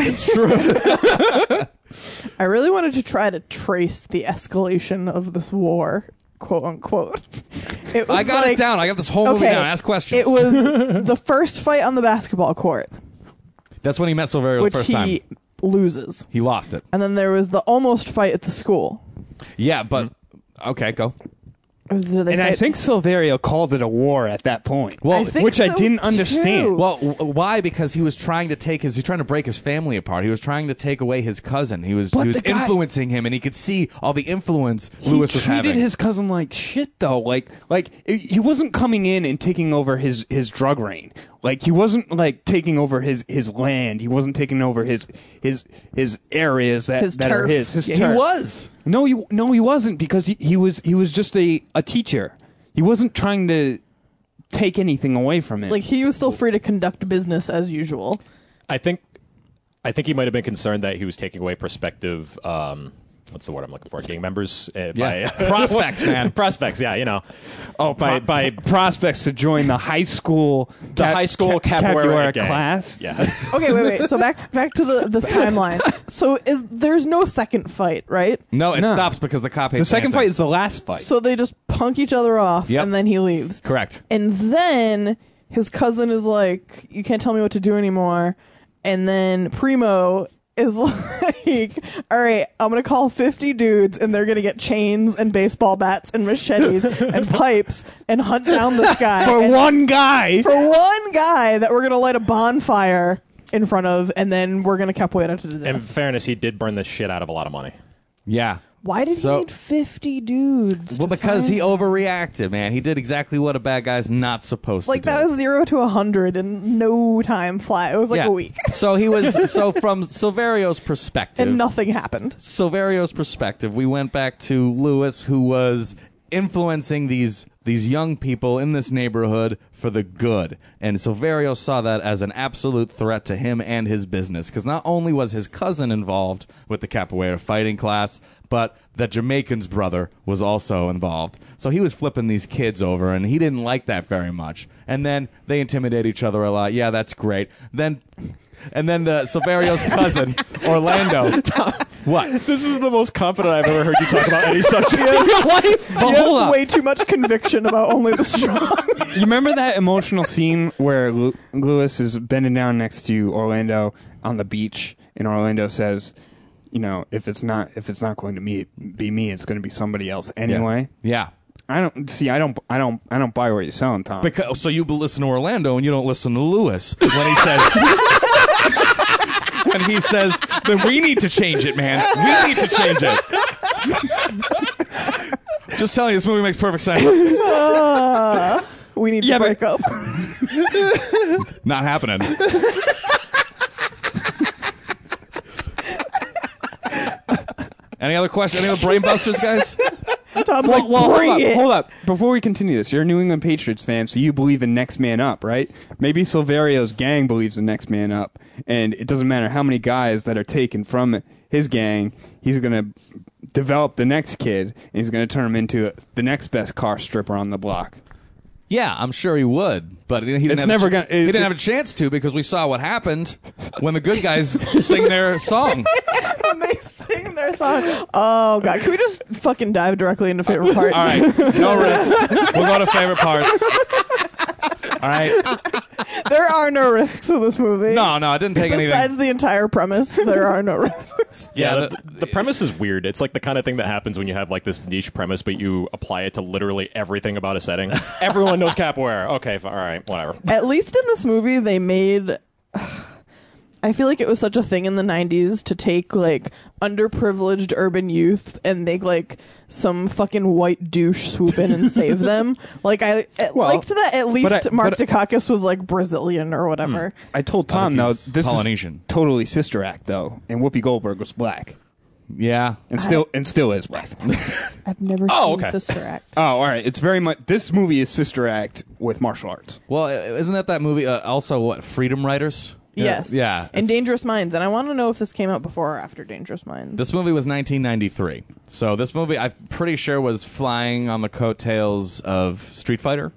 [SPEAKER 4] I really wanted to try to trace the escalation of this war, quote unquote. It
[SPEAKER 3] I
[SPEAKER 4] was
[SPEAKER 3] got it
[SPEAKER 4] like-
[SPEAKER 3] down. I got this whole movie down. Ask questions.
[SPEAKER 4] It was the first fight on the basketball court,
[SPEAKER 3] That's when he met Silverio
[SPEAKER 4] which
[SPEAKER 3] the first
[SPEAKER 4] he
[SPEAKER 3] time.
[SPEAKER 4] loses.
[SPEAKER 3] He lost it.
[SPEAKER 4] And then there was the almost fight at the school.
[SPEAKER 3] Yeah, but Hmm. okay, go.
[SPEAKER 5] And I think Silverio called it a war at that point.
[SPEAKER 3] Well,
[SPEAKER 4] I think
[SPEAKER 5] which I
[SPEAKER 4] so,
[SPEAKER 5] didn't
[SPEAKER 4] too.
[SPEAKER 5] understand.
[SPEAKER 3] Well, w- why? Because he was trying to take his. He was trying to break his family apart. He was trying to take away his cousin. He was.
[SPEAKER 5] But
[SPEAKER 3] he was
[SPEAKER 5] the guy-
[SPEAKER 3] influencing him, and he could see all the influence
[SPEAKER 5] he
[SPEAKER 3] Lewis was
[SPEAKER 5] treated
[SPEAKER 3] having.
[SPEAKER 5] his cousin like shit though like like i- he wasn't coming in and taking over his his drug reign like he wasn't like taking over his his land he wasn't taking over his his his areas that,
[SPEAKER 4] His
[SPEAKER 5] that are
[SPEAKER 4] turf.
[SPEAKER 5] his his
[SPEAKER 3] Yeah, he
[SPEAKER 5] turf.
[SPEAKER 3] was.
[SPEAKER 5] no he no he wasn't because he, he was he was just a a teacher he wasn't trying to take anything away from him
[SPEAKER 4] like he was still free to conduct business as usual.
[SPEAKER 6] I think I think he might have been concerned that he was taking away prospective um what's the word I'm looking for? Gang members uh,
[SPEAKER 3] Yeah.
[SPEAKER 6] by
[SPEAKER 3] Prospects, man.
[SPEAKER 6] prospects, yeah, you know.
[SPEAKER 5] oh by
[SPEAKER 6] pro-
[SPEAKER 5] by prospects to join the high school
[SPEAKER 6] The high school capoeira, gang.
[SPEAKER 5] class
[SPEAKER 6] Yeah.
[SPEAKER 4] Okay, wait, wait. So back back to the this timeline. So is there's no second fight, right?
[SPEAKER 3] No, it
[SPEAKER 5] No.
[SPEAKER 3] stops because the cop. Hates
[SPEAKER 5] the second
[SPEAKER 3] dancing.
[SPEAKER 5] fight is the last fight
[SPEAKER 4] So they just punk each other off,
[SPEAKER 3] Yep.
[SPEAKER 4] and then he leaves.
[SPEAKER 3] correct.
[SPEAKER 4] And then his cousin is like, "You can't tell me what to do anymore." And then Primo is like, "All right, I'm gonna call 50 dudes, and they're gonna get chains and baseball bats and machetes and pipes and hunt down this guy
[SPEAKER 5] for
[SPEAKER 4] And
[SPEAKER 5] one guy
[SPEAKER 4] for one guy that we're gonna light a bonfire in front of, and then we're gonna capoeira to the death."
[SPEAKER 6] In fairness, he did burn the shit out of a lot of money.
[SPEAKER 3] Yeah.
[SPEAKER 4] Why did
[SPEAKER 3] So-
[SPEAKER 4] he need 50 dudes?
[SPEAKER 3] Well,
[SPEAKER 4] to
[SPEAKER 3] because he
[SPEAKER 4] find-
[SPEAKER 3] overreacted, man. He did exactly what a bad guy's not supposed
[SPEAKER 4] like
[SPEAKER 3] to do.
[SPEAKER 4] that was zero to a hundred in no time flat. It was like
[SPEAKER 3] yeah.
[SPEAKER 4] a week,
[SPEAKER 3] so he was. So from Silverio's perspective,
[SPEAKER 4] and nothing happened.
[SPEAKER 3] Silverio's perspective, we went back to Lewis, who was influencing these these young people in this neighborhood for the good. And Silverio saw that as an absolute threat to him and his business, because not only was his cousin involved with the capoeira fighting class, but the Jamaican's brother was also involved. So he was flipping these kids over, and he didn't like that very much. And then they intimidate each other a lot. Yeah, that's great. Then. And then the Silverio's cousin, Orlando. What?
[SPEAKER 6] This is the most confident I've ever heard you talk about any subject.
[SPEAKER 5] But
[SPEAKER 4] You
[SPEAKER 5] hold
[SPEAKER 4] have
[SPEAKER 5] up.
[SPEAKER 4] way too much conviction about only the strong.
[SPEAKER 5] You remember that emotional scene where Lu- Lewis is bending down next to Orlando on the beach, and Orlando says, "You know, if it's not if it's not going to me, be me, it's going to be somebody else anyway."
[SPEAKER 3] Yeah.
[SPEAKER 5] I don't see. I don't. I don't. I don't buy what you're selling, Tom.
[SPEAKER 3] Because so you listen to Orlando and you don't listen to Lewis when he says when he says then we need to change it, man. We need to change it. Just telling you, this movie makes perfect sense.
[SPEAKER 4] We need
[SPEAKER 5] Yeah,
[SPEAKER 4] to
[SPEAKER 5] but-
[SPEAKER 4] break up.
[SPEAKER 3] Not happening. Any other questions? Any other brain busters, guys?
[SPEAKER 4] Tom's like,
[SPEAKER 5] hold
[SPEAKER 4] bring
[SPEAKER 5] up,
[SPEAKER 4] it.
[SPEAKER 5] hold up. Before we continue this, you're a New England Patriots fan, so you believe in next man up, right? Maybe Silverio's gang believes in next man up, and it doesn't matter how many guys that are taken from his gang, he's gonna develop the next kid, and he's gonna turn him into the next best car stripper on the block.
[SPEAKER 3] Yeah, I'm sure he would, but he didn't.
[SPEAKER 5] It's
[SPEAKER 3] have
[SPEAKER 5] never
[SPEAKER 3] a
[SPEAKER 5] gonna-
[SPEAKER 3] he
[SPEAKER 5] it's-
[SPEAKER 3] didn't have a chance to because we saw what happened when the good guys sing their song.
[SPEAKER 4] when they sing their song. Oh god, can we just fucking dive directly into favorite parts?
[SPEAKER 3] All right, no risk. We'll go to favorite parts. All right.
[SPEAKER 4] There are no risks in this movie.
[SPEAKER 3] No, no, I didn't take
[SPEAKER 4] Besides
[SPEAKER 3] anything.
[SPEAKER 4] the entire premise, there are no risks.
[SPEAKER 6] Yeah,
[SPEAKER 3] Yeah,
[SPEAKER 6] the, the premise is weird. It's like the kind of thing that happens when you have like this niche premise, but you apply it to literally everything about a setting. Everyone knows capoeira. Okay, f- all right, whatever.
[SPEAKER 4] At least in this movie, they made. I feel like it was such a thing in the 90s to take like underprivileged urban youth and make like some fucking white douche swoop in and save them. Like I it
[SPEAKER 5] Well,
[SPEAKER 4] liked that at least
[SPEAKER 5] I- Hmm.
[SPEAKER 4] Mark
[SPEAKER 5] but
[SPEAKER 4] Dukakis was like Brazilian or whatever.
[SPEAKER 5] I told Tom though,
[SPEAKER 3] he's
[SPEAKER 5] this
[SPEAKER 3] Polynesian.
[SPEAKER 5] is totally sister act though, and Whoopi Goldberg was black,
[SPEAKER 3] Yeah.
[SPEAKER 5] and still and still is black.
[SPEAKER 4] I've never
[SPEAKER 6] Oh,
[SPEAKER 4] seen
[SPEAKER 6] okay.
[SPEAKER 4] Sister Act.
[SPEAKER 5] oh, all right. It's very much this movie is sister act with martial arts.
[SPEAKER 3] Well, isn't that that movie uh, also what Freedom Riders?
[SPEAKER 4] Yes.
[SPEAKER 3] Yeah.
[SPEAKER 4] And
[SPEAKER 3] it's-
[SPEAKER 4] Dangerous Minds. And I want to know if this came out before or after Dangerous Minds.
[SPEAKER 3] This movie was 1993. So this movie, I'm pretty sure, was flying on the coattails of Street Fighter.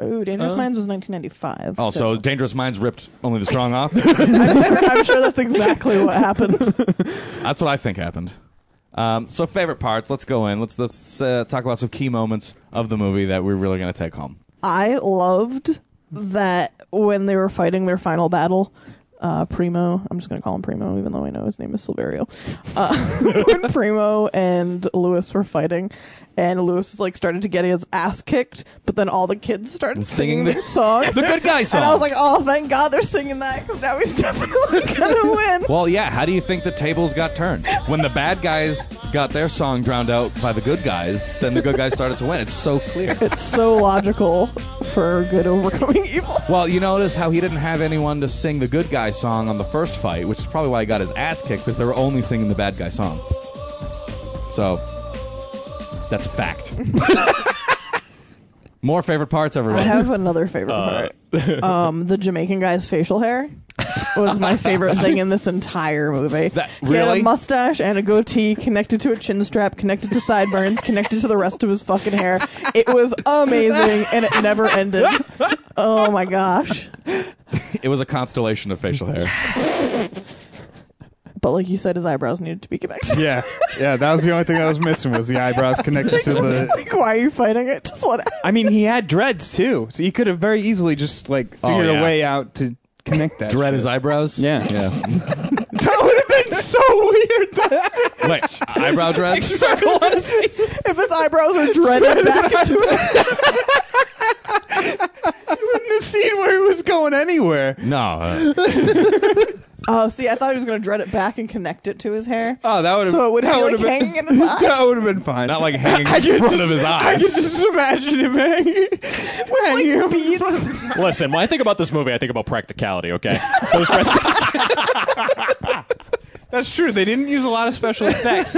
[SPEAKER 4] oh, Dangerous Minds was 1995.
[SPEAKER 3] Also,
[SPEAKER 4] so-
[SPEAKER 3] Dangerous Minds ripped only the strong off.
[SPEAKER 4] I'm sure that's exactly what happened.
[SPEAKER 3] That's what I think happened. Um, so favorite parts. Let's go in. Let's let's uh, talk about some key moments of the movie that we're really gonna take home.
[SPEAKER 4] I loved that when they were fighting their final battle, uh, Primo, I'm just going to call him Primo, even though I know his name is Silverio. Uh, when Primo and Lewis were fighting, and Lewis like started to get his ass kicked, but then all the kids started
[SPEAKER 3] Singing
[SPEAKER 4] singing,
[SPEAKER 3] the-
[SPEAKER 4] this song,
[SPEAKER 3] the good guy song.
[SPEAKER 4] and I was like, "Oh, thank God they're singing that because now he's definitely gonna win."
[SPEAKER 3] Well, yeah. How do you think the tables got turned when the bad guys got their song drowned out by the good guys? Then the good guys started to win. It's so clear.
[SPEAKER 4] It's so logical for good overcoming evil.
[SPEAKER 3] Well, you notice how he didn't have anyone to sing the good guy song on the first fight, which is probably why he got his ass kicked because they were only singing the bad guy song. So that's fact. More favorite parts,
[SPEAKER 4] I
[SPEAKER 3] everyone.
[SPEAKER 4] have another favorite
[SPEAKER 5] Uh,
[SPEAKER 4] part. Um, the Jamaican guy's facial hair was my favorite thing in this entire movie.
[SPEAKER 3] That-
[SPEAKER 4] He had
[SPEAKER 3] really?
[SPEAKER 4] a mustache and a goatee connected to a chin strap, connected to sideburns, connected to the rest of his fucking hair. It was amazing, and it never ended. Oh my gosh!
[SPEAKER 3] It was a constellation of facial hair.
[SPEAKER 4] But like you said, his eyebrows needed to be connected.
[SPEAKER 5] Yeah, yeah, that was the only thing I was missing was the eyebrows connected to the.
[SPEAKER 4] like, why are you fighting it? Just let it.
[SPEAKER 5] I mean, he had dreads too, so he could have very easily just like figured
[SPEAKER 6] yeah.
[SPEAKER 5] a way out to connect that.
[SPEAKER 3] Dread
[SPEAKER 5] shit.
[SPEAKER 3] his eyebrows.
[SPEAKER 5] Yeah.
[SPEAKER 3] yeah.
[SPEAKER 5] That would have been so weird.
[SPEAKER 3] Wait,
[SPEAKER 6] uh,
[SPEAKER 3] eyebrow dreads.
[SPEAKER 5] circle on his face.
[SPEAKER 4] If his eyebrows were dreaded back into it,
[SPEAKER 5] The scene where he was going anywhere.
[SPEAKER 3] No, uh,
[SPEAKER 4] oh, see, I thought he was gonna dread it back and connect it to his hair.
[SPEAKER 5] Oh, that would have.
[SPEAKER 4] So it would
[SPEAKER 5] that
[SPEAKER 4] be,
[SPEAKER 5] would have
[SPEAKER 4] like, hanging in his eye?
[SPEAKER 5] That would have been fine.
[SPEAKER 3] not like hanging
[SPEAKER 5] I
[SPEAKER 3] in
[SPEAKER 5] could
[SPEAKER 3] front of
[SPEAKER 5] just-
[SPEAKER 3] his
[SPEAKER 5] I could
[SPEAKER 3] eyes.
[SPEAKER 5] just imagine him hanging. hanging
[SPEAKER 4] like
[SPEAKER 5] in front
[SPEAKER 4] beads.
[SPEAKER 5] of-
[SPEAKER 6] Listen, when I think about this movie, I think about practicality. Okay, Those press-
[SPEAKER 5] That's true. They didn't use a lot of special effects.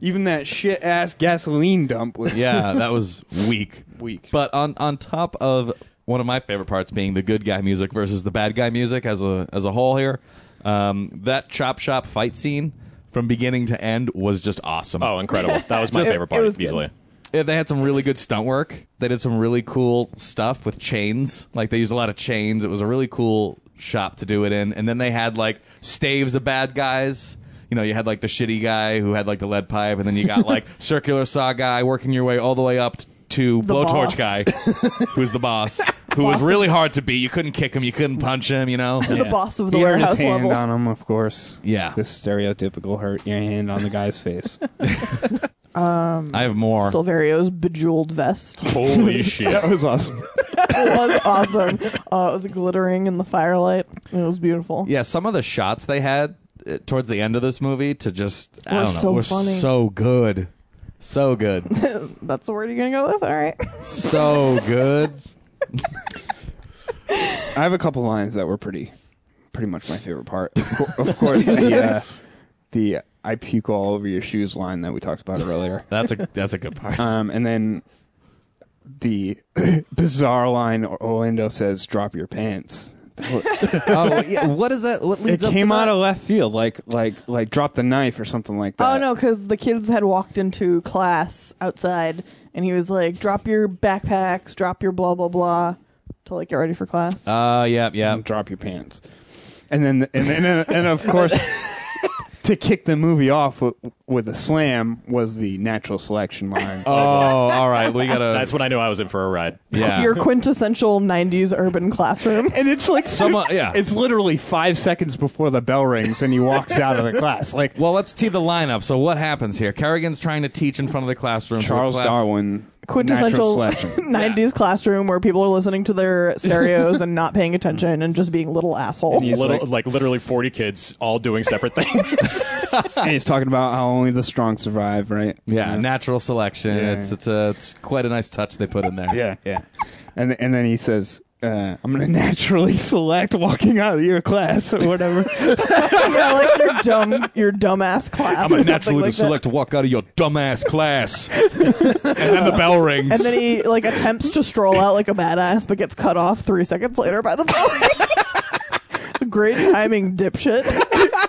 [SPEAKER 5] Even that shit ass gasoline dump was
[SPEAKER 3] yeah, that was weak.
[SPEAKER 5] Weak.
[SPEAKER 3] But on on top of one of my favorite parts being the good guy music versus the bad guy music as a as a whole here, um, that chop shop fight scene from beginning to end was just awesome.
[SPEAKER 6] oh, incredible! That was my favorite part
[SPEAKER 4] it was good.
[SPEAKER 6] easily.
[SPEAKER 3] Yeah, they had some really good stunt work. They did some really cool stuff with chains. Like they used a lot of chains. It was a really cool shop to do it in. And then they had like staves of bad guys. You know, you had like the shitty guy who had like the lead pipe, and then you got like circular saw guy working your way all the way up t- to
[SPEAKER 4] The
[SPEAKER 3] blowtorch
[SPEAKER 4] boss.
[SPEAKER 3] guy, who's the boss, who was really hard to beat. You couldn't kick him, you couldn't punch him. You know,
[SPEAKER 4] the boss of the
[SPEAKER 5] He earned
[SPEAKER 4] warehouse
[SPEAKER 5] his hand
[SPEAKER 4] level.
[SPEAKER 5] on him, of course.
[SPEAKER 3] Yeah.
[SPEAKER 5] This stereotypical hurt your hand on the guy's face.
[SPEAKER 4] Um,
[SPEAKER 3] I have more.
[SPEAKER 4] Silverio's bejeweled vest
[SPEAKER 6] Holy shit!
[SPEAKER 5] that was awesome.
[SPEAKER 4] was awesome. Uh, it was glittering in the firelight. It was beautiful.
[SPEAKER 3] Yeah, some of the shots eh, they had uh, towards the end of this movie to just I
[SPEAKER 4] Were
[SPEAKER 3] don't know,
[SPEAKER 4] so
[SPEAKER 3] were
[SPEAKER 4] funny.
[SPEAKER 3] so good. So good.
[SPEAKER 4] That's the word you're gonna go with. All right.
[SPEAKER 3] so good.
[SPEAKER 5] I have a couple lines that were pretty, pretty much my favorite part. Of, cour- of course, the, uh, the "I puke all over your shoes" line that we talked about earlier,
[SPEAKER 3] That's a that's a good part.
[SPEAKER 5] um, and then the bizarre line Orlando says, "Drop your pants." That wa-
[SPEAKER 3] oh, yeah. What is that? What
[SPEAKER 5] it
[SPEAKER 3] leads up
[SPEAKER 5] came
[SPEAKER 3] to
[SPEAKER 5] out
[SPEAKER 3] that?
[SPEAKER 5] of left field, like like like drop the knife or something like that.
[SPEAKER 4] Oh no, because the kids had walked into class outside, and he was like, "Drop your backpacks, drop your blah blah blah, to like get ready for class."
[SPEAKER 3] Uh, yeah, yeah.
[SPEAKER 5] and drop your pants. And then, and then, and of course, to kick the movie off with, with a slam was the natural selection line.
[SPEAKER 3] Oh, all right. We gotta.
[SPEAKER 6] That's when I knew I was in for a ride.
[SPEAKER 3] yeah.
[SPEAKER 4] Your quintessential '90s urban classroom.
[SPEAKER 5] And it's like,
[SPEAKER 3] Someone- uh, yeah.
[SPEAKER 5] it's literally five seconds before the bell rings and he walks out of the class. Like
[SPEAKER 3] well, let's tee the lineup. So what happens here? Kerrigan's trying to teach in front of the classroom. so the
[SPEAKER 5] Charles
[SPEAKER 3] class-
[SPEAKER 5] Darwin, natural
[SPEAKER 4] quintessential
[SPEAKER 5] selection.
[SPEAKER 4] 90s classroom where people are listening to their stereos and not paying attention and just being little assholes.
[SPEAKER 5] He's
[SPEAKER 6] Little,
[SPEAKER 5] like-
[SPEAKER 6] like, literally 40 kids all doing separate things.
[SPEAKER 5] and he's talking about how only the strong survive, right?
[SPEAKER 3] Yeah, natural selection.
[SPEAKER 5] Yeah,
[SPEAKER 3] It's
[SPEAKER 5] yeah.
[SPEAKER 3] it's a it's quite a nice touch they put in there.
[SPEAKER 5] Yeah, yeah. And th- and then he says, uh, "I'm going to naturally select walking out of your class or whatever."
[SPEAKER 4] yeah, like your dumb, your dumbass class.
[SPEAKER 3] I'm
[SPEAKER 4] or
[SPEAKER 3] a
[SPEAKER 4] something
[SPEAKER 3] naturally
[SPEAKER 4] like that.
[SPEAKER 3] select to walk out of your dumbass class, and then the bell rings.
[SPEAKER 4] And then he like attempts to stroll out like a badass, but gets cut off three seconds later by the boy. Great timing, dipshit.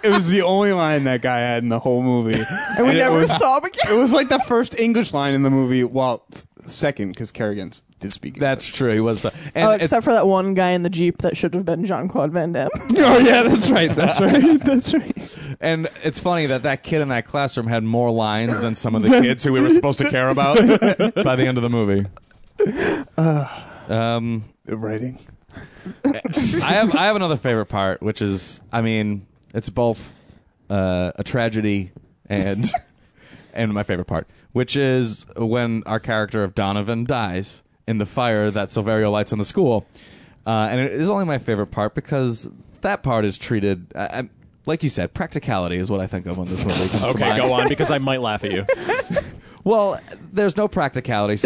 [SPEAKER 5] it was the only line that guy had in the whole movie.
[SPEAKER 4] And we
[SPEAKER 5] it
[SPEAKER 4] never
[SPEAKER 5] was-
[SPEAKER 4] saw him
[SPEAKER 5] It
[SPEAKER 4] again.
[SPEAKER 5] was like the first English line in the movie, while s- second because Kerrigan s- did speak.
[SPEAKER 3] That's true. He was. And
[SPEAKER 4] Oh,
[SPEAKER 3] it's-
[SPEAKER 4] except for that one guy in the jeep that should have been Jean Claude Van Damme.
[SPEAKER 5] oh yeah, that's right. That's right. That's right.
[SPEAKER 3] And it's funny that that kid in that classroom had more lines than some of the kids who we were supposed to care about by the end of the movie. Um,
[SPEAKER 5] The writing.
[SPEAKER 3] I have I have another favorite part, which is I mean it's both uh, a tragedy and and my favorite part, which is when our character of Donovan dies in the fire that Silverio lights on the school, uh, and it is only my favorite part because that part is treated. I, I, like you said, practicality is what I think of when this movie comes to
[SPEAKER 6] okay,
[SPEAKER 3] mind.
[SPEAKER 6] go on, because I might laugh at you.
[SPEAKER 3] Well, there's no practicality.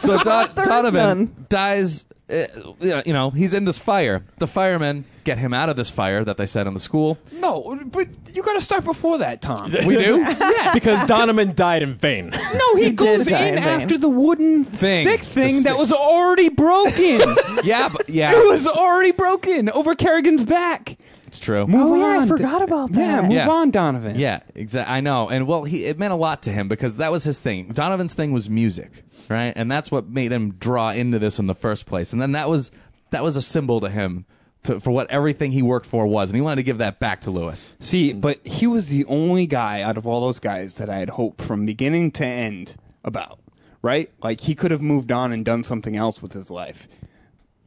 [SPEAKER 3] So, so Don,
[SPEAKER 4] is
[SPEAKER 3] Donovan
[SPEAKER 4] none.
[SPEAKER 3] dies. Uh, you know, he's in this fire. The firemen get him out of this fire that they set in the school.
[SPEAKER 5] No, but you got to start before that, Tom.
[SPEAKER 3] We do.
[SPEAKER 6] yeah, because Donovan died in vain.
[SPEAKER 5] No, he
[SPEAKER 4] goes die in in vain. after
[SPEAKER 5] the wooden
[SPEAKER 3] Thing. stick thing The that stick.
[SPEAKER 5] was already broken.
[SPEAKER 3] yeah, but yeah,
[SPEAKER 5] already broken over Kerrigan's back.
[SPEAKER 3] it's true.
[SPEAKER 5] Move
[SPEAKER 4] Oh, yeah, I
[SPEAKER 5] on.
[SPEAKER 4] forgot about
[SPEAKER 5] Yeah,
[SPEAKER 4] that.
[SPEAKER 5] move
[SPEAKER 3] Yeah.
[SPEAKER 5] on, Donovan.
[SPEAKER 3] Yeah, exactly. I know. And well, he it meant a lot to him because that was his thing. Donovan's thing was music, right? And that's what made him draw into this in the first place. And then that was that was a symbol to him to, for what everything he worked for was, and he wanted to give that back to Lewis.
[SPEAKER 5] See, but he was the only guy out of all those guys that I had hope from beginning to end about, right? Like he could have moved on and done something else with his life.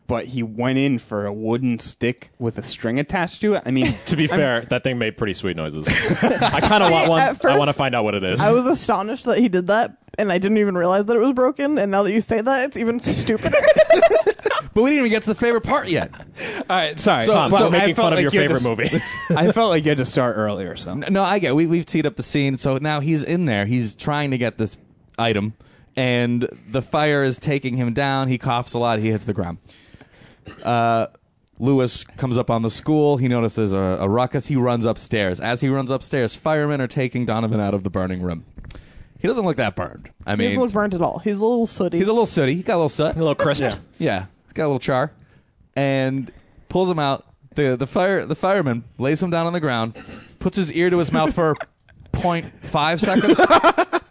[SPEAKER 5] But he went in for a wooden stick with a string attached to it. I mean,
[SPEAKER 6] To be fair, that thing made pretty sweet noises. I kind of want one.
[SPEAKER 4] at
[SPEAKER 6] I want to
[SPEAKER 4] first,
[SPEAKER 6] find out what it is.
[SPEAKER 4] I was astonished that he did that, and I didn't even realize that it was broken. And now that you say that, it's even stupider.
[SPEAKER 3] But we didn't even get to the favorite part yet.
[SPEAKER 5] all right, sorry,
[SPEAKER 6] Tom,
[SPEAKER 5] but
[SPEAKER 6] stop
[SPEAKER 5] I
[SPEAKER 6] making
[SPEAKER 5] felt
[SPEAKER 6] fun of
[SPEAKER 5] like
[SPEAKER 6] your
[SPEAKER 5] you had
[SPEAKER 6] favorite
[SPEAKER 5] to-
[SPEAKER 6] movie.
[SPEAKER 5] I felt like you had to start earlier, so
[SPEAKER 3] No, I get. We we've teed up the scene, so now he's in there. He's trying to get this item, and the fire is taking him down. He coughs a lot. He hits the ground. Uh, Lewis comes up on the school. He notices a, a ruckus. He runs upstairs. As he runs upstairs, firemen are taking Donovan out of the burning room. He doesn't look that burned. I
[SPEAKER 4] he
[SPEAKER 3] mean,
[SPEAKER 4] doesn't look burnt at all. He's a little sooty.
[SPEAKER 3] he's a little sooty. He got a little soot.
[SPEAKER 6] little crisp.
[SPEAKER 3] Yeah, he's got a little char, and pulls him out. the the fire The fireman lays him down on the ground, puts his ear to his mouth for 0.5 seconds.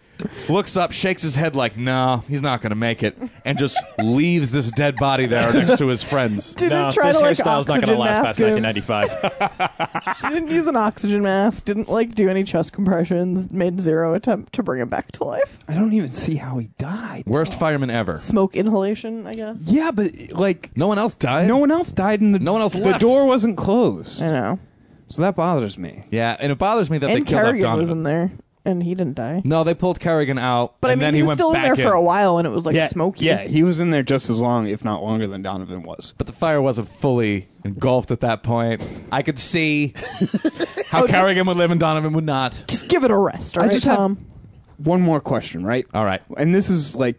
[SPEAKER 3] Looks up, shakes his head like, "No, he's not gonna make it," and just leaves this dead body there next to his friends.
[SPEAKER 4] didn't
[SPEAKER 6] No,
[SPEAKER 4] try
[SPEAKER 6] this
[SPEAKER 4] to like
[SPEAKER 6] hairstyle's not
[SPEAKER 4] oxygen
[SPEAKER 6] going to last
[SPEAKER 4] mask
[SPEAKER 6] past
[SPEAKER 4] him.
[SPEAKER 6] 1995.
[SPEAKER 4] didn't use an oxygen mask, didn't like do any chest compressions, made zero attempt to bring him back to life.
[SPEAKER 5] I don't even see how he died.
[SPEAKER 3] Worst fireman ever.
[SPEAKER 4] Smoke inhalation, I guess.
[SPEAKER 5] Yeah, but like
[SPEAKER 3] No one else died.
[SPEAKER 5] no one else died in the
[SPEAKER 3] No one else
[SPEAKER 5] The
[SPEAKER 3] left.
[SPEAKER 5] door wasn't closed,
[SPEAKER 4] I know.
[SPEAKER 5] so that bothers me.
[SPEAKER 3] Yeah, and it bothers me that they
[SPEAKER 4] and
[SPEAKER 3] killed off
[SPEAKER 4] Kerrigan was
[SPEAKER 3] Donovan.
[SPEAKER 4] in there, and he didn't die.
[SPEAKER 3] no, they pulled Kerrigan out, and
[SPEAKER 4] But I mean,
[SPEAKER 3] then
[SPEAKER 4] he,
[SPEAKER 3] he,
[SPEAKER 4] was
[SPEAKER 3] went
[SPEAKER 4] still in
[SPEAKER 3] back
[SPEAKER 4] there for a while, and it was like
[SPEAKER 5] yeah,
[SPEAKER 4] smoky.
[SPEAKER 5] Yeah, he was in there just as long, if not longer, than Donovan was.
[SPEAKER 3] But the fire wasn't fully engulfed at that point. I could see how
[SPEAKER 4] Oh, just-
[SPEAKER 3] Kerrigan would live and Donovan would not.
[SPEAKER 4] Just give it a rest, all right,
[SPEAKER 5] just have-
[SPEAKER 4] Tom?
[SPEAKER 5] one more question, right?
[SPEAKER 3] All right.
[SPEAKER 5] And this is like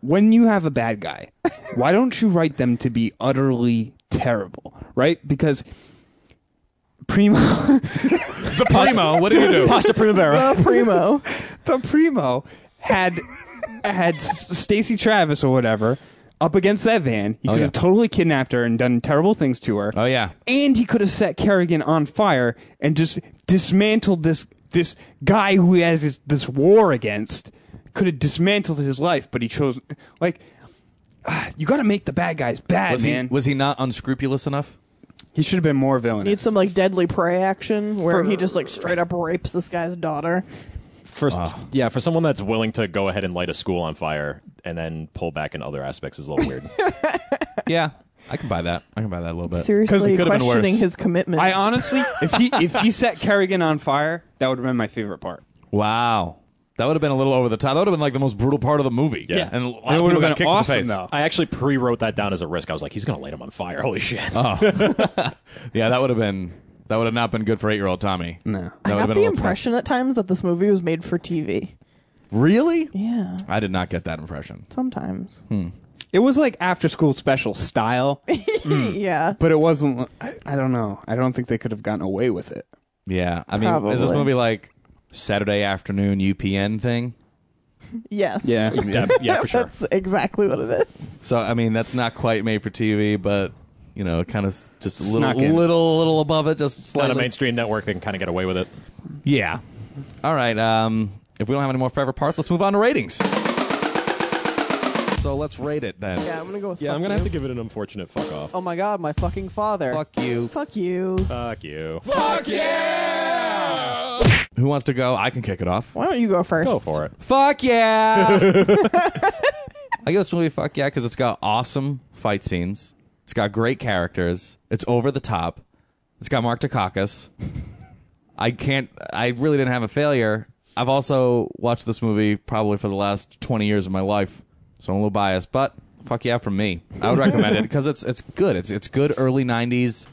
[SPEAKER 5] when you have a bad guy, why don't you write them to be utterly terrible, right? Because Primo
[SPEAKER 3] The primo. What do you do?
[SPEAKER 6] Pasta Primavera.
[SPEAKER 4] The primo.
[SPEAKER 5] the primo had had S- Stacy Travis or whatever up against that van. He
[SPEAKER 3] Oh,
[SPEAKER 5] could
[SPEAKER 3] yeah.
[SPEAKER 5] have totally kidnapped her and done terrible things to her.
[SPEAKER 3] Oh yeah.
[SPEAKER 5] And he could have set Kerrigan on fire and just dismantled this this guy who he has this, this war against. Could have dismantled his life, but he chose like ah, you got to make the bad guys bad,
[SPEAKER 3] Was he
[SPEAKER 5] man.
[SPEAKER 3] was he not unscrupulous enough?
[SPEAKER 5] he should have been more villainous.
[SPEAKER 4] Need some like deadly prey action where he just like straight up rapes this guy's
[SPEAKER 3] Uh,
[SPEAKER 4] daughter.
[SPEAKER 6] First, yeah, for someone that's willing to go ahead and light a school on fire and then pull back in other aspects is a little weird.
[SPEAKER 3] Yeah, I can buy that. I can buy that a little bit.
[SPEAKER 4] Seriously
[SPEAKER 3] could've been
[SPEAKER 4] questioning
[SPEAKER 3] worse.
[SPEAKER 4] his commitment.
[SPEAKER 5] I honestly, if he if he set Kerrigan on fire, that would have been my favorite part.
[SPEAKER 3] Wow. That would have been a little over the top. That would have been like the most brutal part of the movie.
[SPEAKER 6] Yeah.
[SPEAKER 3] and a
[SPEAKER 5] That
[SPEAKER 3] lot of
[SPEAKER 5] would
[SPEAKER 3] people
[SPEAKER 5] have been
[SPEAKER 3] got kicked in the
[SPEAKER 5] awesome,
[SPEAKER 3] face.
[SPEAKER 5] though.
[SPEAKER 6] I actually pre-wrote that down as a risk. I was like, he's going to light him on fire. Holy shit.
[SPEAKER 3] Yeah, that would have been that would have not been good for eight year old Tommy.
[SPEAKER 5] No.
[SPEAKER 3] that
[SPEAKER 4] I
[SPEAKER 3] would have
[SPEAKER 4] got
[SPEAKER 3] been
[SPEAKER 4] the
[SPEAKER 3] a little
[SPEAKER 4] impression at times that this movie was made for TV.
[SPEAKER 3] tough. Really?
[SPEAKER 4] Yeah,
[SPEAKER 3] I did not get that impression.
[SPEAKER 4] sometimes.
[SPEAKER 5] It was like after school special style,
[SPEAKER 6] Hmm.
[SPEAKER 4] yeah.
[SPEAKER 5] but it wasn't. I, I don't know. I don't think they could have gotten away with it.
[SPEAKER 3] Yeah, I mean, is this
[SPEAKER 4] Probably.
[SPEAKER 3] movie like Saturday afternoon UPN thing?
[SPEAKER 4] Yes.
[SPEAKER 6] yeah, yeah, for sure.
[SPEAKER 4] That's exactly what it is.
[SPEAKER 3] So I mean, that's not quite made for TV, but you know, kind of just a little,
[SPEAKER 5] Snuck in.
[SPEAKER 3] little, little above it, just
[SPEAKER 6] Not
[SPEAKER 3] slightly.
[SPEAKER 6] a mainstream network that can kind of get away with it.
[SPEAKER 3] Yeah. All right. Um, if we don't have any more favorite parts, let's move on to ratings. So let's rate it then.
[SPEAKER 2] Yeah, I'm gonna go with
[SPEAKER 6] Yeah,
[SPEAKER 2] fuck
[SPEAKER 6] I'm going to
[SPEAKER 2] you.
[SPEAKER 6] have to give it an unfortunate fuck off.
[SPEAKER 2] Oh my god, my fucking father.
[SPEAKER 3] Fuck you.
[SPEAKER 4] Fuck you.
[SPEAKER 6] Fuck you.
[SPEAKER 3] Who wants to go? I can kick it off.
[SPEAKER 4] Why don't you go first?
[SPEAKER 6] Go for it.
[SPEAKER 3] Fuck yeah! I give this movie fuck yeah because it's got awesome fight scenes. It's got great characters. It's over the top. It's got Mark Dukakis. I can't. I really didn't have a failure. I've also watched this movie probably for the last twenty years of my life, so I'm a little biased. But fuck yeah, from me, I would recommend it because it's it's good. It's it's good early '90s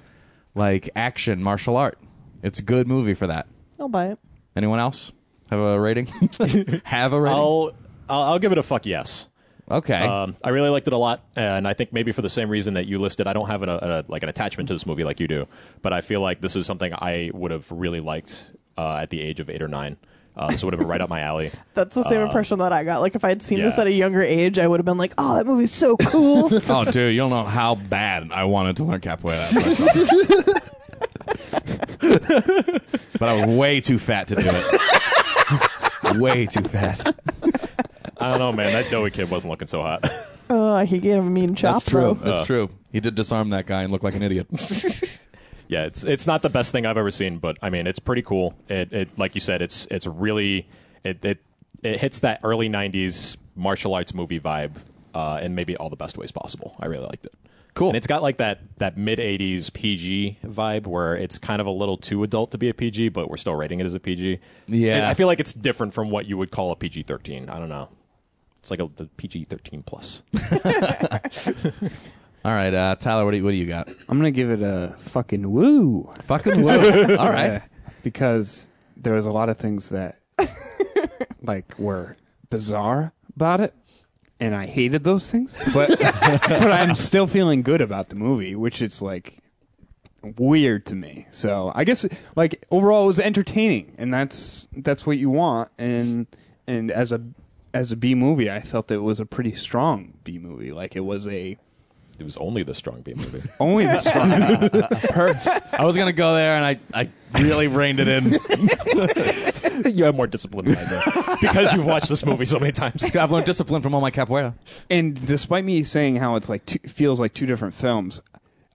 [SPEAKER 3] like action martial art. It's a good movie for that.
[SPEAKER 4] I'll buy it.
[SPEAKER 3] Anyone else have a rating? have a rating?
[SPEAKER 6] I'll, I'll, I'll give it a fuck yes.
[SPEAKER 3] Okay.
[SPEAKER 6] Um, I really liked it a lot, and I think maybe for the same reason that you listed, I don't have an, a, a, like an attachment to this movie like you do, but I feel like this is something I would have really liked uh, at the age of eight or nine. Uh, this would have been right up my alley.
[SPEAKER 4] That's the same impression that I got. Like if I had seen this
[SPEAKER 6] Uh, yeah.
[SPEAKER 4] at a younger age, I would have been like, "Oh, that movie's so cool."
[SPEAKER 3] oh, dude, you don't know how bad I wanted to learn capoeira. but I was way too fat to do it. way too fat.
[SPEAKER 6] I don't know, man. That doughy kid wasn't looking so hot.
[SPEAKER 4] oh, he gave him a mean chop. though.
[SPEAKER 3] That's true. He did disarm that guy and look like an idiot.
[SPEAKER 6] yeah, it's it's not the best thing I've ever seen, but I mean, it's pretty cool. It, it like you said, it's it's really it it, it hits that early '90s martial arts movie vibe. Uh, in maybe all the best ways possible. I really liked it.
[SPEAKER 3] Cool.
[SPEAKER 6] And it's got like that that mid '80s PG vibe where it's kind of a little too adult to be a PG, but we're still rating it as a PG.
[SPEAKER 3] Yeah.
[SPEAKER 6] And I feel like it's different from what you would call a PG-13. I don't know. It's like a the PG-13 plus.
[SPEAKER 3] All right, uh, Tyler, what do, you, what do you got?
[SPEAKER 5] I'm gonna give it a fucking woo.
[SPEAKER 3] Fucking woo. All right.
[SPEAKER 5] Yeah, because there was a lot of things that like were bizarre about it, and I hated those things. But but I'm still feeling good about the movie, which is like weird to me. So I guess like overall it was entertaining, and that's that's what you want. And and as a as a B movie, I felt it was a pretty strong B movie. Like it was a
[SPEAKER 6] It was only the strong B movie.
[SPEAKER 5] only the strong.
[SPEAKER 3] I was going to go there, and I, I really reined it in.
[SPEAKER 6] you have more discipline than I do because you've watched this movie so many times.
[SPEAKER 3] I've learned discipline from all my capoeira.
[SPEAKER 5] And despite me saying how it's like two, feels like two different films,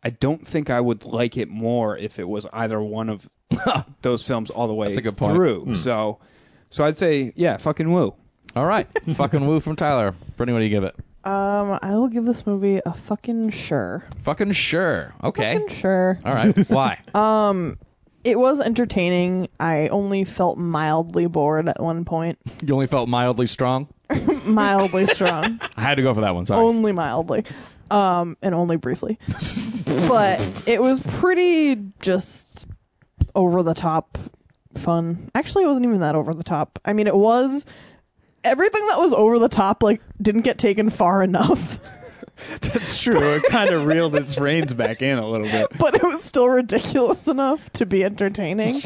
[SPEAKER 5] I don't think I would like it more if it was either one of those films all the way
[SPEAKER 3] That's a good point.
[SPEAKER 5] through. So, so I'd say yeah, fucking woo.
[SPEAKER 3] All right. Fucking woo from Tyler. Brittany, what do you give it?
[SPEAKER 4] Um, I will give this movie a fucking sure.
[SPEAKER 3] Fucking sure. Okay.
[SPEAKER 4] Fucking sure.
[SPEAKER 3] All right. Why?
[SPEAKER 4] It was entertaining. I only felt mildly bored at one point.
[SPEAKER 3] you only felt mildly strong?
[SPEAKER 4] Mildly strong.
[SPEAKER 3] I had to go for that one. Sorry.
[SPEAKER 4] only mildly um and only briefly but it was pretty just over the top fun. Actually, it wasn't even that over the top. I mean, it was everything that was over the top like didn't get taken far enough,
[SPEAKER 5] That's true. It kind of reeled its reins back in a little bit.
[SPEAKER 4] but it was still ridiculous enough to be entertaining.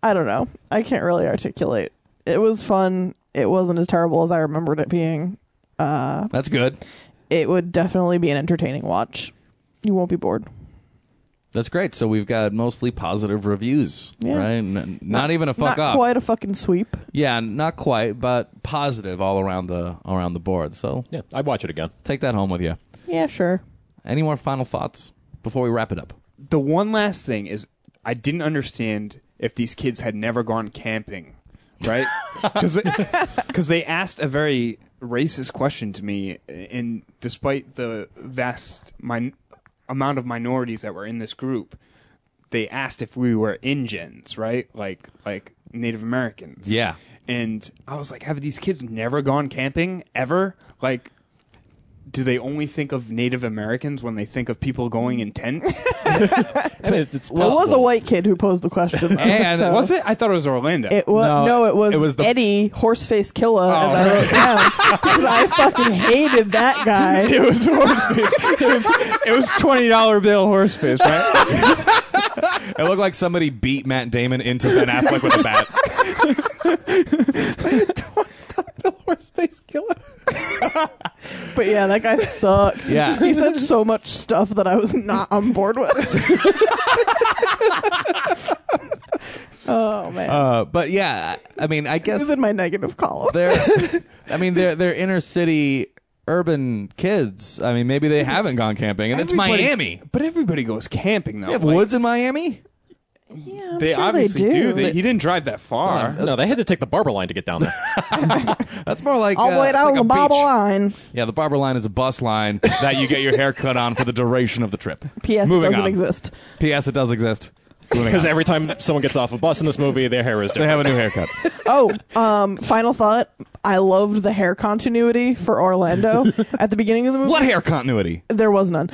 [SPEAKER 4] I don't know. I can't really articulate. It was fun. It wasn't as terrible as I remembered it being. Uh,
[SPEAKER 3] That's good.
[SPEAKER 4] it would definitely be an entertaining watch. You won't be bored.
[SPEAKER 3] That's great. So we've got mostly positive reviews,
[SPEAKER 4] Yeah.
[SPEAKER 3] right? N- not, even a fuck
[SPEAKER 4] Not
[SPEAKER 3] off.
[SPEAKER 4] quite a fucking sweep.
[SPEAKER 3] Yeah, not quite, but positive all around the around the board. So
[SPEAKER 6] Yeah, I'd watch it again.
[SPEAKER 3] take that home with you.
[SPEAKER 4] Yeah, sure.
[SPEAKER 3] Any more final thoughts before we wrap it up?
[SPEAKER 5] The one last thing is I didn't understand if these kids had never gone camping, right? Because they asked a very racist question to me, and despite the vast min- amount of minorities that were in this group, they asked if we were Indians, right? Like like Native Americans.
[SPEAKER 3] Yeah.
[SPEAKER 5] And I was like, have these kids never gone camping ever? Like, do they only think of Native Americans when they think of people going in tents?
[SPEAKER 6] I mean, it's
[SPEAKER 4] It was a white kid who posed the question. though,
[SPEAKER 5] and
[SPEAKER 4] so-
[SPEAKER 5] was it? I thought it was Orlando.
[SPEAKER 4] It was no, it was,
[SPEAKER 3] it was the- Oh.
[SPEAKER 4] Eddie Horseface Killer as I wrote down because I fucking hated that guy.
[SPEAKER 5] It was horseface. It was, it was twenty dollar bill horseface, right?
[SPEAKER 3] It looked like somebody beat Matt Damon into Ben Affleck with a bat.
[SPEAKER 5] horseface killer.
[SPEAKER 4] But yeah, that guy sucked.
[SPEAKER 3] Yeah.
[SPEAKER 4] he said so much stuff that I was not on board with. oh man,
[SPEAKER 3] Uh, but yeah, I I mean, I
[SPEAKER 4] it was
[SPEAKER 3] guess
[SPEAKER 4] in my negative column.
[SPEAKER 3] they're, I mean, they're they're inner city urban kids. I mean, maybe they haven't gone camping, and it's Miami.
[SPEAKER 5] but everybody goes camping though.
[SPEAKER 3] They have
[SPEAKER 5] Like,
[SPEAKER 3] woods in Miami.
[SPEAKER 4] Yeah, I'm
[SPEAKER 5] They
[SPEAKER 4] sure
[SPEAKER 5] obviously
[SPEAKER 4] they do.
[SPEAKER 5] They- he didn't drive that far.
[SPEAKER 6] No, they had to take the barber line to get down there.
[SPEAKER 3] That's more like
[SPEAKER 4] All the
[SPEAKER 3] uh,
[SPEAKER 4] way
[SPEAKER 3] it's
[SPEAKER 4] down
[SPEAKER 3] like a
[SPEAKER 4] the bobble
[SPEAKER 3] beach.
[SPEAKER 4] line.
[SPEAKER 3] Yeah, the barber line is a bus line that you get your hair cut on for the duration of the trip.
[SPEAKER 4] P.S.
[SPEAKER 3] Moving
[SPEAKER 4] doesn't
[SPEAKER 3] on.
[SPEAKER 4] exist.
[SPEAKER 3] P.S. It does exist. Moving
[SPEAKER 6] Because
[SPEAKER 3] on.
[SPEAKER 6] every time someone gets off a bus in this movie, their hair is
[SPEAKER 3] they
[SPEAKER 6] different.
[SPEAKER 3] have a new haircut.
[SPEAKER 4] Oh, um, final thought. I loved the hair continuity for Orlando at the beginning of the movie.
[SPEAKER 3] what hair continuity?
[SPEAKER 4] there was none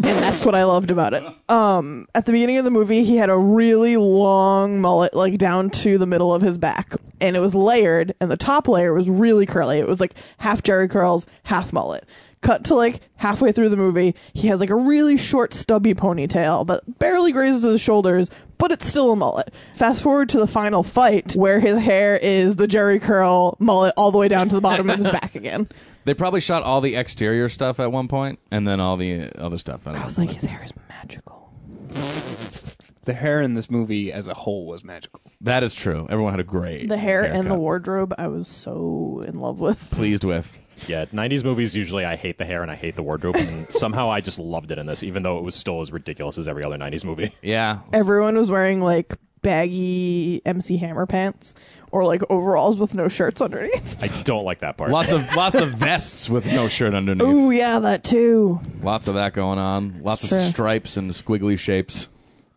[SPEAKER 4] and that's what i loved about it um at the beginning of the movie he had a really long mullet like down to the middle of his back and it was layered and the top layer was really curly it was like half jerry curls half mullet cut to like halfway through the movie he has like a really short stubby ponytail that barely grazes his shoulders but it's still a mullet fast forward to the final fight where his hair is the jerry curl mullet all the way down to the bottom of his back again
[SPEAKER 3] They probably shot all the exterior stuff at one point, and then all the uh, other stuff. I, don't
[SPEAKER 4] i
[SPEAKER 3] know.
[SPEAKER 4] was like his hair is magical
[SPEAKER 5] The hair in this movie as a whole was magical.
[SPEAKER 3] that is true. Everyone had a great
[SPEAKER 4] the hair and the
[SPEAKER 3] haircut.
[SPEAKER 4] wardrobe i was so in love with
[SPEAKER 3] Pleased with.
[SPEAKER 6] Yeah, 90s movies usually I hate the hair and I hate the wardrobe, and somehow I just loved it in this, even though it was still as ridiculous as every other 90s movie.
[SPEAKER 3] Yeah.
[SPEAKER 4] everyone was wearing like baggy mc hammer pants or like overalls with no shirts underneath
[SPEAKER 6] I don't like that part.
[SPEAKER 3] Lots of lots of vests with no shirt underneath.
[SPEAKER 4] oh yeah that too
[SPEAKER 3] Lots of that going on. Lots of
[SPEAKER 4] Sure.
[SPEAKER 3] stripes and squiggly shapes.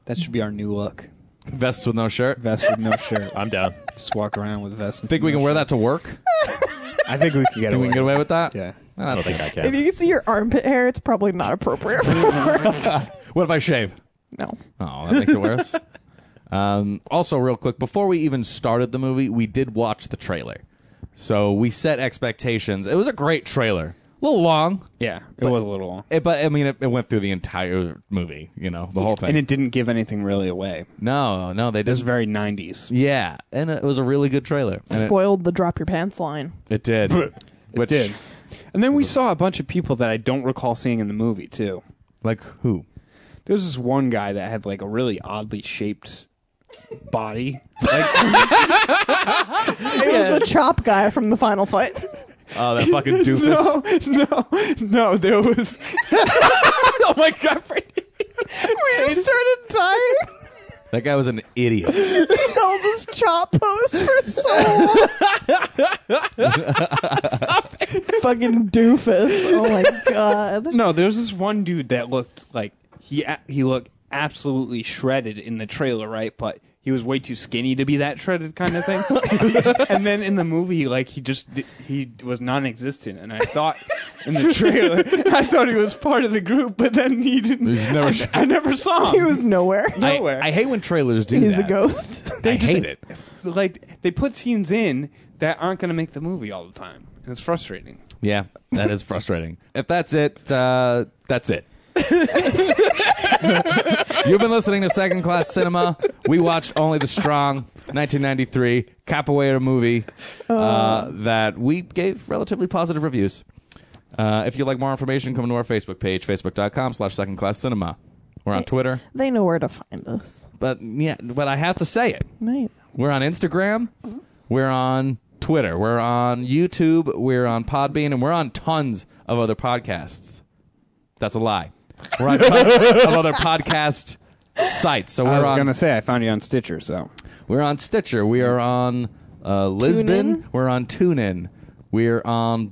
[SPEAKER 5] That should be our new look.
[SPEAKER 3] Vests with no shirt.
[SPEAKER 5] Vest with no shirt.
[SPEAKER 6] I'm down.
[SPEAKER 5] Just walk around with a vest.
[SPEAKER 3] Think we can wear that to work?
[SPEAKER 5] I think we can get
[SPEAKER 3] Think
[SPEAKER 5] away.
[SPEAKER 3] we can get away with that?
[SPEAKER 5] Yeah.
[SPEAKER 3] Oh,
[SPEAKER 6] I
[SPEAKER 3] that's
[SPEAKER 6] don't think
[SPEAKER 3] good.
[SPEAKER 6] I
[SPEAKER 4] if
[SPEAKER 6] can.
[SPEAKER 4] you can see your armpit hair it's probably not appropriate for work.
[SPEAKER 3] What if I shave?
[SPEAKER 4] no
[SPEAKER 3] Oh, that makes it worse. um, also, real quick, before we even started the movie, we did watch the trailer. So we set expectations. It was a great trailer. A little long,
[SPEAKER 5] Yeah, it was a little long,
[SPEAKER 3] eh, but I mean, it, it went through the entire movie, you know, the whole thing.
[SPEAKER 5] and it didn't give anything really away.
[SPEAKER 3] no, no, they
[SPEAKER 5] It was
[SPEAKER 3] didn't.
[SPEAKER 5] very '90s.
[SPEAKER 3] Yeah, and it was a really good trailer. And it-
[SPEAKER 4] spoiled the drop your pants line
[SPEAKER 3] It, did. It
[SPEAKER 5] It did. And then we saw a bunch of people that I don't recall seeing in the movie too.
[SPEAKER 3] Like who?
[SPEAKER 5] There was this one guy that had like a really oddly shaped body. Like,
[SPEAKER 4] it was the chop guy from the final fight
[SPEAKER 3] Oh, that fucking doofus.
[SPEAKER 5] no, no, no. There was. oh my god!
[SPEAKER 4] we started dying
[SPEAKER 3] That guy was an idiot.
[SPEAKER 4] he held his chop pose for so long fucking doofus oh my god
[SPEAKER 5] No, there was this one dude that looked like he a- he looked absolutely shredded in the trailer, right? But he was way too skinny to be that shredded kind of thing. and then in the movie, like he just di- he was non-existent, and I thought in the trailer. I thought he was part of the group, but then he didn't.
[SPEAKER 3] He's never
[SPEAKER 5] I,
[SPEAKER 3] sh-
[SPEAKER 5] I never saw him.
[SPEAKER 4] He was nowhere.
[SPEAKER 3] I,
[SPEAKER 5] nowhere.
[SPEAKER 3] I hate when trailers do
[SPEAKER 4] He's
[SPEAKER 3] that.
[SPEAKER 4] a ghost.
[SPEAKER 3] I hate it.
[SPEAKER 5] like they put scenes in that aren't going to make the movie all the time, and it's frustrating.
[SPEAKER 3] Yeah, that is frustrating. if that's it, uh, that's it. You've been listening to Second Class Cinema. We watched Only the Strong, 1993 capoeira movie uh, that we gave relatively positive reviews. Uh, if you'd like more information, come to our Facebook page, facebook.com slash second class cinema. We're on Twitter,
[SPEAKER 4] They know where to find us.
[SPEAKER 3] but yeah, but I have to say it.
[SPEAKER 4] Right.
[SPEAKER 3] We're on Instagram. We're on Twitter. We're on YouTube. We're on Podbean, and we're on tons of other podcasts. That's a lie. We're on tons of other podcast sites. So we're
[SPEAKER 5] I was
[SPEAKER 3] on.
[SPEAKER 5] going to say I found you on Stitcher, so
[SPEAKER 3] We're on Stitcher. We are on uh, Lisbon. We're on TuneIn. We're on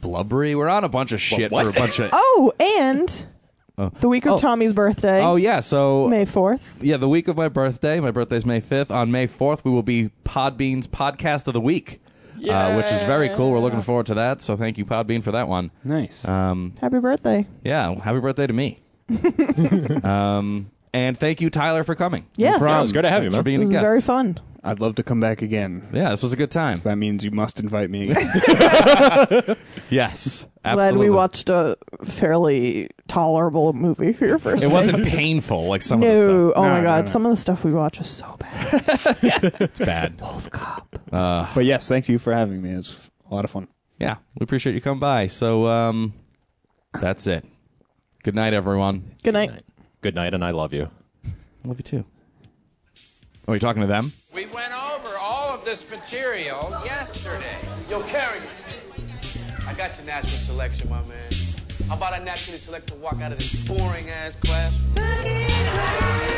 [SPEAKER 3] Blubbery. We're on a bunch of shit
[SPEAKER 6] what?
[SPEAKER 3] for a bunch of.
[SPEAKER 4] Oh, and the week of
[SPEAKER 3] Oh.
[SPEAKER 4] Tommy's birthday,
[SPEAKER 3] Oh yeah, so
[SPEAKER 4] May 4th.
[SPEAKER 3] yeah, the week of my birthday. My birthday's May 5th. On May 4th, we will be Podbean's Podcast of the Week, uh, which is very cool. We're looking forward to that. So thank you, Podbean, for that one.
[SPEAKER 5] nice.
[SPEAKER 3] Um,
[SPEAKER 4] Happy birthday.
[SPEAKER 3] yeah, well, happy birthday to me. um, and thank you, Tyler, for coming.
[SPEAKER 4] Yes.
[SPEAKER 6] Yeah, it was great to have you,
[SPEAKER 3] Thanks for
[SPEAKER 6] man.
[SPEAKER 4] It
[SPEAKER 3] being
[SPEAKER 4] was
[SPEAKER 3] a guest.
[SPEAKER 4] very fun.
[SPEAKER 5] I'd love to come back again.
[SPEAKER 3] yeah, this was a good time.
[SPEAKER 5] So that means you must invite me again.
[SPEAKER 3] Yes,
[SPEAKER 4] Glad
[SPEAKER 3] absolutely.
[SPEAKER 4] we watched a fairly tolerable movie for your first
[SPEAKER 3] It wasn't painful like some of the
[SPEAKER 4] No,
[SPEAKER 3] stuff.
[SPEAKER 4] oh my
[SPEAKER 5] no,
[SPEAKER 4] god,
[SPEAKER 5] no.
[SPEAKER 4] some of the stuff we watch is so bad.
[SPEAKER 3] It's bad.
[SPEAKER 5] but yes, thank you for having me. It was a lot of fun.
[SPEAKER 3] Yeah, we appreciate you coming by. So um, that's it. Good night, everyone.
[SPEAKER 4] Good night.
[SPEAKER 6] Good night, and I love you.
[SPEAKER 3] Love you too. Are you talking to them?
[SPEAKER 8] We went over all of this material yesterday. Yo, carry I got your natural selection, my man. How about I naturally select to walk out of this boring ass class?
[SPEAKER 2] Fucking class.